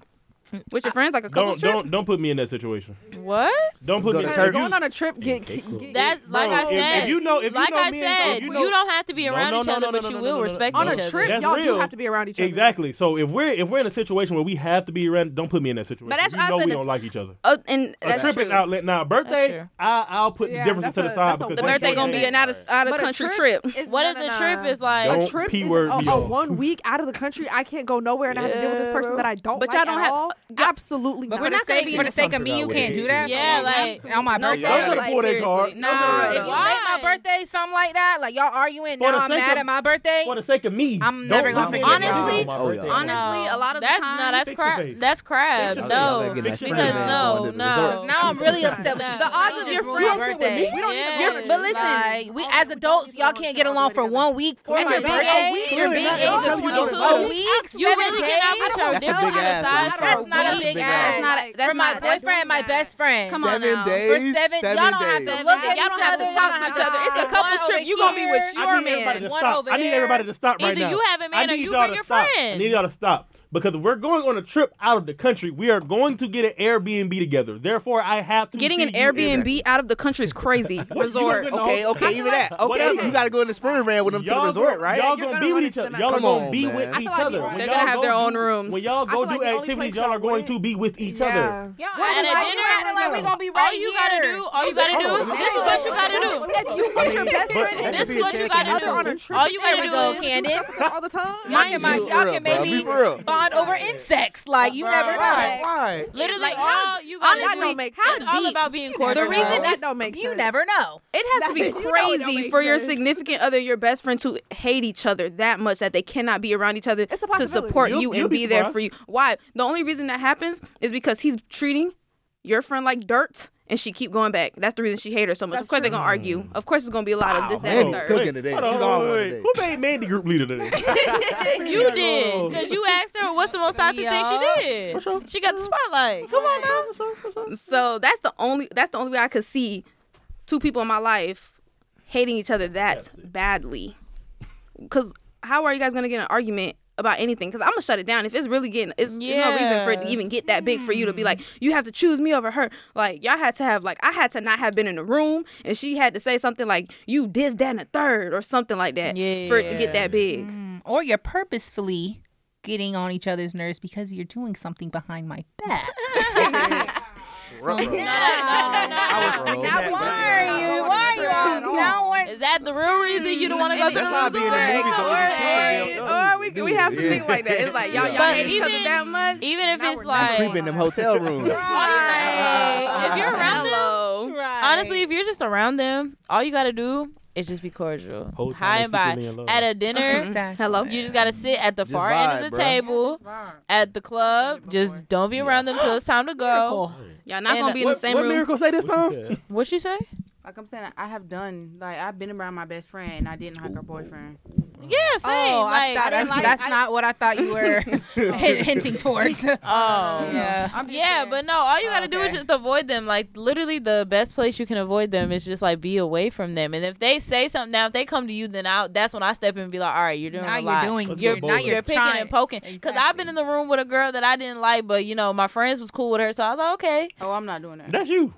S5: with your friends like a couple
S1: Don't
S5: trip
S1: don't don't put me in that situation.
S6: What?
S1: Don't put
S4: Go
S1: me
S4: to
S1: if
S4: Turkey.
S1: you-
S3: going on a trip, get, get, get
S6: That's like
S1: Bro,
S6: I
S1: if-
S6: said.
S1: if you know- if you
S6: like
S1: know
S6: I
S1: me and-
S6: said,
S1: if you
S6: you,
S1: know-
S6: don't have to be
S1: No,
S6: around
S1: no,
S6: each
S1: no,
S6: other,
S1: no,
S6: but
S1: no,
S6: you
S1: no,
S6: will
S1: no, no, no.
S6: respect
S3: on
S6: each
S3: a
S6: other.
S3: trip,
S1: That's
S3: y'all
S1: real.
S3: do have to be around each other.
S1: Exactly. So if we're if we're in a situation where we have to be around, don't put me in that situation.
S5: that's
S1: you
S5: why I
S1: know we
S5: said
S1: don't
S5: it-
S1: like each other.
S5: uh, and
S1: A
S5: that's
S1: trip
S5: true.
S1: is outlet. Now a
S6: That's
S1: birthday,
S6: true.
S1: I I'll put
S3: Yeah,
S1: the differences to
S3: that's
S1: the
S3: a-
S1: side
S3: that's a
S1: because
S5: the
S3: one
S5: birthday
S3: short
S5: gonna be
S3: day.
S5: an out of out of country trip.
S3: is-
S6: What
S3: no,
S6: if
S3: no,
S6: the
S3: no.
S6: trip is like?
S1: Don't
S3: a trip
S1: P
S3: is
S1: word
S3: a,
S1: me
S3: a
S1: off.
S3: one week out of the country. I can't go nowhere and I have to deal with this person that I don't
S5: But
S3: like
S5: y'all don't
S3: at
S5: have
S3: all. Absolutely
S2: But
S3: not.
S2: for,
S5: We're
S2: the
S5: not gonna
S2: sake,
S5: be
S2: for the sake of me, you
S7: uncomfortable
S2: can't
S7: with
S2: do
S7: it.
S2: that.
S6: Yeah, like
S2: on my
S5: no,
S2: birthday.
S1: Y'all
S5: no,
S1: gotta
S5: like,
S1: pull that
S5: seriously.
S1: card.
S2: Nah,
S5: No, no,
S2: if
S5: no.
S2: you
S6: Why?
S2: make my birthday something like that, like y'all arguing
S1: For
S2: now,
S1: the
S2: I'm
S1: sake
S2: mad
S1: of-
S2: at my birthday.
S1: For the sake of me, don't
S2: I'm never gonna
S1: knock
S2: forget
S1: me down
S5: that.
S1: on my
S4: Honestly,
S1: birthday.
S4: honestly,
S5: Honestly, a lot of
S6: That's
S5: the times,
S6: no, that's
S1: Fix your
S6: crap.
S1: face.
S6: That's crap.
S1: Fix your face.
S6: No,
S1: Fix your
S6: because
S4: face.
S6: no,
S4: Going to the
S6: no.
S4: resort.
S2: now I'm really upset with you.
S6: The
S5: odds of your
S2: ruined my
S5: friends-
S2: birthday.
S3: We don't even
S6: Yeah.
S3: go to
S5: But
S3: the-
S5: listen,
S2: Like we
S3: Oh,
S2: as
S3: we don't
S2: adults,
S3: even
S2: y'all
S3: go
S2: can't
S3: to
S2: get
S3: the
S2: along for
S3: together.
S2: one week for
S5: At
S2: my
S5: your big age,
S2: birthday.
S5: your big
S1: not.
S5: age
S1: Because
S5: is
S1: you don't
S5: 22.
S1: know.
S6: Oh,
S2: A week,
S6: You
S2: seven
S6: really
S2: days.
S6: cannot put your
S4: That's a
S6: dick
S4: big
S6: on
S4: ass.
S6: the side
S4: That's
S6: for
S2: That's not a
S6: week.
S2: big
S5: That's not
S2: ass.
S5: a- that's
S2: For my
S5: not- that's
S2: boyfriend, my best friend.
S5: Come on
S4: Seven
S5: now. For
S4: days.
S2: seven,
S4: seven
S2: y'all don't
S4: days.
S2: have to
S5: Look,
S2: look
S5: y'all
S2: at
S5: don't
S2: each
S5: have to
S2: other, y'all
S5: talk to each
S2: don't
S5: other.
S2: have
S5: It's
S2: to-
S5: a couple
S2: one
S5: trip.
S2: over
S5: You gonna be with
S2: here.
S1: I
S5: your
S1: need everybody
S5: man.
S1: to
S6: one
S1: stop.
S6: over
S1: I need
S6: there.
S1: everybody to stop right
S6: Either
S1: now.
S6: you have a man
S1: I
S6: or
S1: need
S6: you
S1: y'all
S6: bring
S1: to
S6: your
S1: stop. I
S6: friend.
S1: need y'all to stop because if we're going on a trip out of the country. We are going to get an Airbnb together. Therefore, I have to
S5: Getting
S1: see
S5: an
S1: you in
S5: Airbnb out of the country is crazy.
S1: (laughs) What, you gonna
S5: Resort.
S1: get in the
S4: Okay,
S1: whole-
S4: okay, even that. Okay,
S1: Whatever.
S4: you got to go in the spring ran with them to the
S1: Y'all
S4: resort,
S1: go-
S4: right?
S1: Y'all
S3: You're
S1: gonna
S3: gonna
S1: be
S3: run
S1: with each
S3: into
S1: other.
S3: them
S1: Y'all
S4: at-
S1: are gonna
S4: Come
S1: be
S4: on,
S1: with
S4: man.
S1: each
S3: I feel like
S1: other.
S3: you're
S1: When
S3: right.
S5: They're
S1: y'all
S5: gonna have their
S1: go
S5: own
S1: do-
S5: room.
S1: When y'all
S3: I
S1: go
S3: feel like
S1: do
S3: the only
S1: activities,
S3: place
S1: y'all are
S3: y'all
S1: going to
S3: wouldn't-
S1: be with each
S3: Yeah.
S1: other.
S2: Y'all
S3: Why
S2: acting
S3: would I
S2: like
S3: do
S2: you
S3: that
S2: acting
S3: right
S2: like we
S3: now?
S2: gonna be right
S6: All you gotta
S2: here.
S6: do, all you gotta do,
S4: Oh,
S6: this is what you gotta do.
S3: If you with your best
S4: but-
S3: friend and
S6: This is what you
S3: your
S6: gotta
S3: other
S6: do.
S3: on a trip
S6: All you
S3: together,
S6: gotta
S3: y'all
S6: do is-
S3: do stuff together all the time.
S2: Y'all can,
S4: Be
S2: make-
S4: for
S2: y'all
S4: real,
S2: can
S4: bro. Be
S2: maybe
S4: for real.
S2: bond over insects. Like you
S6: Bro.
S2: never
S6: Right.
S2: know.
S6: Literally,
S5: Like,
S6: all you
S5: honestly,
S6: gotta
S3: that don't
S6: do.
S3: make
S6: It's
S3: sense.
S6: all about being
S3: The
S6: cordial.
S3: reason
S6: bro.
S3: that don't make sense.
S2: You never know.
S5: It has to
S3: That- (laughs)
S5: be
S3: you know it don't
S5: crazy
S3: make
S5: for your
S3: sense.
S5: significant other, your best friend, to hate each other that much that they cannot be around each other
S3: It's a
S5: to
S3: possibility.
S5: support you,
S1: You'll-
S5: and
S1: you'll
S5: be,
S1: be
S5: there
S1: surprised.
S5: for you. Why? The only reason that happens is because he's treating your friend like dirt, and she keep going back. That's the reason she hates her so much. of
S3: That's
S5: course they're
S3: true.
S5: gonna argue. Of course it's gonna be a lot of this, that, and
S4: Mandy's
S5: third.
S4: cooking
S1: Wait,
S4: today.
S1: hold on,
S4: She's
S1: hold on,
S4: on one
S1: wait.
S4: today.
S1: Who made Mandy group leader today?
S6: You did because you asked her what's the most toxic thing she did.
S1: For sure.
S6: She got the spotlight. Come on now.
S5: So that's the only that's the only way I could see two people in my life hating each other that badly. Cause how are you guys gonna get in an argument about anything? Cause I'm gonna shut it down if it's really getting. It's, There's no reason for it to
S6: Yeah.
S5: even get that big for you to be like you have to choose me over her. Like y'all had to have like I had to not have been in the room and she had to say something like you did that and a third or something like that for it to get that big.
S6: Mm.
S2: Or you're purposefully getting on each other's nerves because you're doing something behind my back.
S4: Ruh-roh.
S6: No, no,
S4: (laughs) I was wrong.
S2: Now, why are you? Why are you
S3: At
S2: all
S3: all.
S2: now we're-
S6: no. Is that the real reason you don't want to go to the
S7: That's how I be in the
S6: resort?
S7: movies though.
S6: Or-
S7: You tell
S5: Or
S7: them,
S5: we, we have to
S4: Yeah.
S5: think like that. It's like y'all, y'all
S6: But
S5: hate each other
S6: even-
S5: that much.
S6: Even if it's
S4: Creep
S6: like,
S4: in them hotel rooms.
S6: if you're around them,
S5: Hello.
S6: honestly, if you're just around them, all you gotta do is just be cordial.
S7: Whole time
S6: Hi
S7: they
S6: and bye.
S7: secretly in love.
S6: At
S2: (laughs)
S6: a dinner,
S2: Exactly.
S5: (laughs) Hello.
S6: you just gotta sit at the
S4: Just
S6: far end
S4: vibe,
S6: of the
S4: bruh.
S6: table, at the club. Just don't be around them till it's time to go.
S5: Y'all not
S6: And,
S5: gonna
S6: uh,
S5: be in the same
S4: What
S5: room.
S4: miracle say this
S7: What
S4: time?
S7: you said?
S6: What you say?
S9: Like I'm saying, I have done. Like I've been around my best friend, and I didn't hug her boyfriend.
S6: Yeah, same.
S2: Oh, I
S6: like,
S2: thought that's,
S9: like-
S2: that's
S9: I-
S2: not what I thought you (laughs) were hint- hinting
S1: (laughs)
S2: towards.
S6: oh.
S2: yeah.
S9: I'm just
S6: Yeah,
S9: saying,
S6: but no, all you gotta do is
S2: okay.
S6: just avoid them. Like literally, the best place you can avoid them is just like be away from them. And if they say something, now if they come to you, then I that's when I step in and be like, all right, you're doing
S2: Now (laughs)
S6: a
S2: you're
S6: lot.
S2: doing-
S6: you're,
S1: you're- now
S6: you're,
S2: you're
S6: picking
S2: trying.
S6: and poking. Because I've been in the room with a girl that I didn't like, but you know my friends was cool with her, so I was like, okay,
S9: oh, I'm not doing that.
S1: That's you.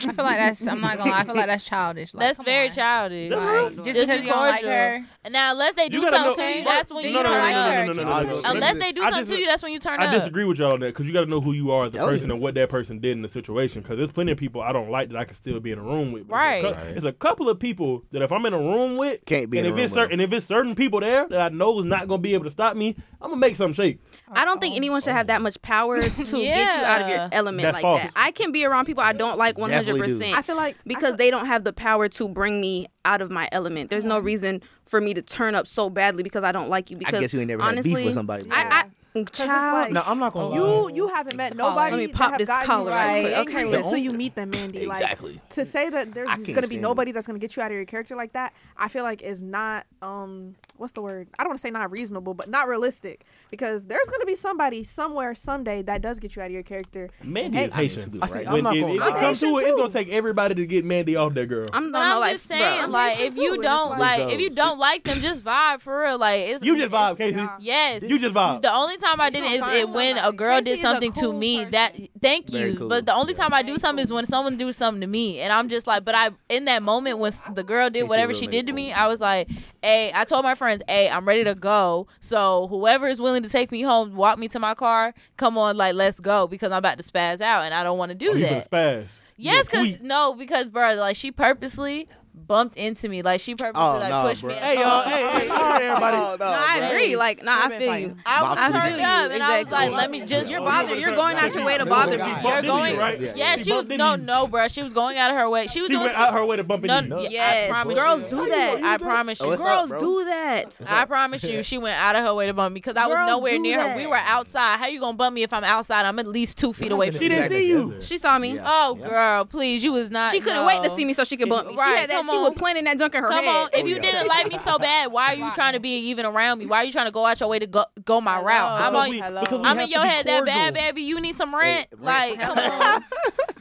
S2: I feel like that's. I'm not gonna. lie. I (laughs) feel like that's childish. Like,
S6: that's
S2: come
S6: very
S2: on.
S6: childish.
S1: That's
S6: Like,
S1: right.
S2: Just,
S6: Just
S2: because
S6: be
S2: you don't like
S6: cordial.
S2: her.
S6: and now unless they do
S1: You gotta
S6: something
S1: know-
S6: to you, that's when you
S1: No,
S6: turn
S1: no, no, no,
S6: up.
S1: no, no, no, no, no, no, no.
S6: Unless they do
S1: I
S6: something
S1: just-
S6: to you, that's when you turn
S1: I
S6: up.
S1: disagree with y'all on that because you got to know who you are as a
S4: Oh,
S1: person
S4: yeah.
S1: and what that person did in the situation. Because there's plenty of people I don't like that I can still be in a room with. But it's a
S6: Right.
S1: cou-
S7: Right.
S1: It's a couple of people that if I'm in a room with,
S4: Can't be
S1: and
S4: in a
S1: if it's
S4: room with
S1: certain, and if it's certain people there that I know is not gonna be able to stop me, I'm gonna make some shake.
S5: I don't think anyone should have that much
S6: (laughs)
S5: power to get you out of your
S6: Yeah.
S5: element
S1: That's
S5: like
S1: false.
S5: that. I can be around people I don't like one hundred
S4: Definitely do.
S3: I
S5: percent
S3: feel like I
S5: because they don't have the power to bring me out of my element. There's no reason for me to turn up so badly because I don't like you. Because
S4: guess you ain't never had beef
S5: honestly,
S4: with somebody
S5: I, I,
S3: like-
S5: child,
S7: No, I'm not
S6: Oh,
S7: gonna lie.
S4: um,
S3: You you haven't met nobody
S5: Let me
S3: that
S5: pop
S3: have
S5: this
S3: gotten
S5: collar
S3: you
S5: right
S3: right
S5: quick. Okay,
S3: angry
S5: look.
S3: until you meet them, Mandy.
S4: Exactly.
S3: Like, to say that there's
S4: I can't
S3: going to be
S4: stand
S3: nobody that's going to get you out of your character like that, I feel like is not um what's the word? I don't want to say not reasonable, but not realistic because there's going to be somebody somewhere someday that does get you out of your character.
S1: Mandy
S3: Hey,
S1: is patient.
S4: I see, I'm
S1: When
S4: not
S1: it,
S4: gonna
S1: it
S4: lie. I'm
S1: comes to it,
S3: patient
S1: it's
S3: too.
S1: gonna take everybody to get Mandy off that girl.
S5: I'm
S6: But
S5: not
S6: I'm
S5: like
S6: just saying,
S5: bruh.
S6: like,
S3: patient
S6: if
S3: too,
S6: you
S3: and it's
S6: don't
S4: like-
S6: like, if you
S4: Big
S6: don't like them, just vibe for real. Like, it's
S1: you just vibe,
S6: it's-
S1: Casey.
S6: Yes,
S1: You just vibe.
S6: The only time I did it is
S3: gonna
S6: it
S3: find
S6: when a
S3: somebody.
S6: girl
S3: Chrissy
S6: did
S3: is a
S6: something to
S3: cool
S6: me
S3: person.
S6: that thank
S4: Very
S6: you.
S4: cool.
S6: But the only time I do something is when someone do something to me, and I'm just like, but I in that moment when s- the girl did
S4: Casey
S6: whatever
S4: real
S6: she
S4: nigga
S6: did to me,
S4: cool.
S6: I was like, hey, I told my friends, hey, I'm ready to go. So whoever is willing to take me home, walk me to my car, come on, like let's go because I'm about to spazz out, and I don't want to do
S1: oh, you finna
S6: that.
S1: spaz. You
S6: Yes,
S1: a tweak.
S6: because no, because bro, like she purposely bumped into me. Like she purposely
S4: Oh,
S6: like
S4: no,
S6: pushed
S4: bruh.
S6: me.
S1: Hey
S6: (laughs)
S1: y'all, hey, hey, hey, everybody.
S4: Oh, no,
S5: No, I
S4: bruh.
S5: agree. Like, nah, I
S9: Women
S5: feel
S9: fighting.
S5: you.
S6: I was
S4: Boxing.
S6: turned up, and I was
S5: Exactly.
S6: like, "Let me just."
S5: You're
S1: Oh,
S5: bothering.
S1: yeah,
S5: You're
S1: but
S5: going
S1: she-
S5: out your way to
S1: she
S5: bother
S4: bumped
S5: people.
S4: into
S5: You're
S4: you,
S5: going.
S1: right?
S6: Yeah,
S1: She
S6: she was
S1: bumped into
S6: no,
S1: you.
S6: no, bruh. She was going out of her way. She was
S1: She
S6: doing
S1: went out her way to bump into
S6: No,
S1: you.
S6: no, I
S5: Yes,
S6: promise
S5: girls
S6: you.
S5: do that.
S6: I promise
S4: Oh,
S6: you.
S4: it's-
S5: girls
S4: bro?
S5: do that.
S6: I promise you, she went out of her way to bump me because I was
S5: Girls
S6: nowhere
S5: do
S6: near her.
S5: that.
S6: We were outside. How you gonna bump me if I'm outside? I'm at least two feet away from
S1: She
S6: you.
S1: didn't see you.
S5: She saw me.
S4: Yeah.
S6: Oh, girl, please, you was not.
S5: She couldn't
S6: no.
S5: wait to see me so she could bump me.
S6: Right,
S5: she had that.
S6: come
S5: She was
S6: on.
S5: planting that junk in her
S6: Come
S5: head.
S6: on, if
S4: Oh,
S6: you didn't like me so bad, why are you trying to be even around me? Why are you trying to go out your way to go go my route? I'm
S1: Because
S6: on,
S1: we-
S9: Hello.
S1: because we
S6: I'm
S1: have
S6: in
S1: to
S6: your
S1: be
S6: head that bad,
S1: cordial.
S6: baby. You need some rent.
S4: Hey,
S6: like,
S4: rent.
S6: come on,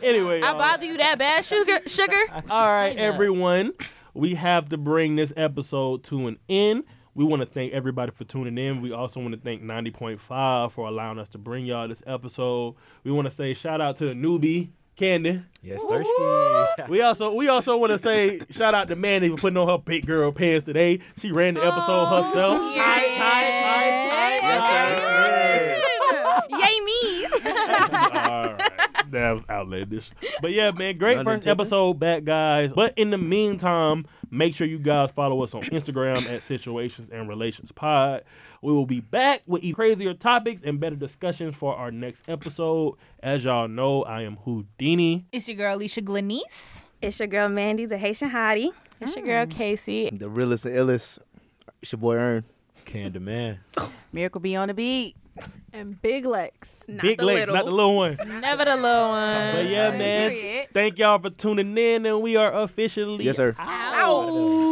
S1: Anyway,
S6: I
S1: y'all.
S6: bother you that bad, sugar? Sugar?
S1: All right, everyone, we have to bring this episode to an end. We want to thank everybody for tuning in. We also want to thank 90.5 for allowing us to bring y'all this episode. We want to say shout out to the newbie, Candy.
S7: Yes, Sersky.
S1: We also we also want to say shout out to Mandy for putting on her big girl pants today. She ran the episode herself. Tight, tight, tight, tight.
S5: Yay me!
S1: All right. That was outlandish. But yeah, man, great
S4: London
S1: first
S4: tipping.
S1: episode back, guys. But in the meantime, make sure you guys follow us on Instagram at Situations and Relations Pod. We will be back with even crazier topics and better discussions for our next episode. As y'all know, I am Houdini.
S2: (laughs) It's your girl Alicia Glenice.
S5: It's your girl Mandy, the Haitian hottie.
S6: It's your
S1: Mm.
S6: girl Casey.
S4: The realest and illest. It's your boy Earn.
S7: Candy Man.
S9: Miracle be on the beat.
S3: And big legs.
S5: Not
S1: Big
S5: the
S1: legs,
S5: little.
S1: not the little one.
S6: Never the little one.
S1: But yeah, man.
S9: Period.
S1: Thank y'all for tuning in, and we are officially
S4: Yes, sir.
S5: Ow.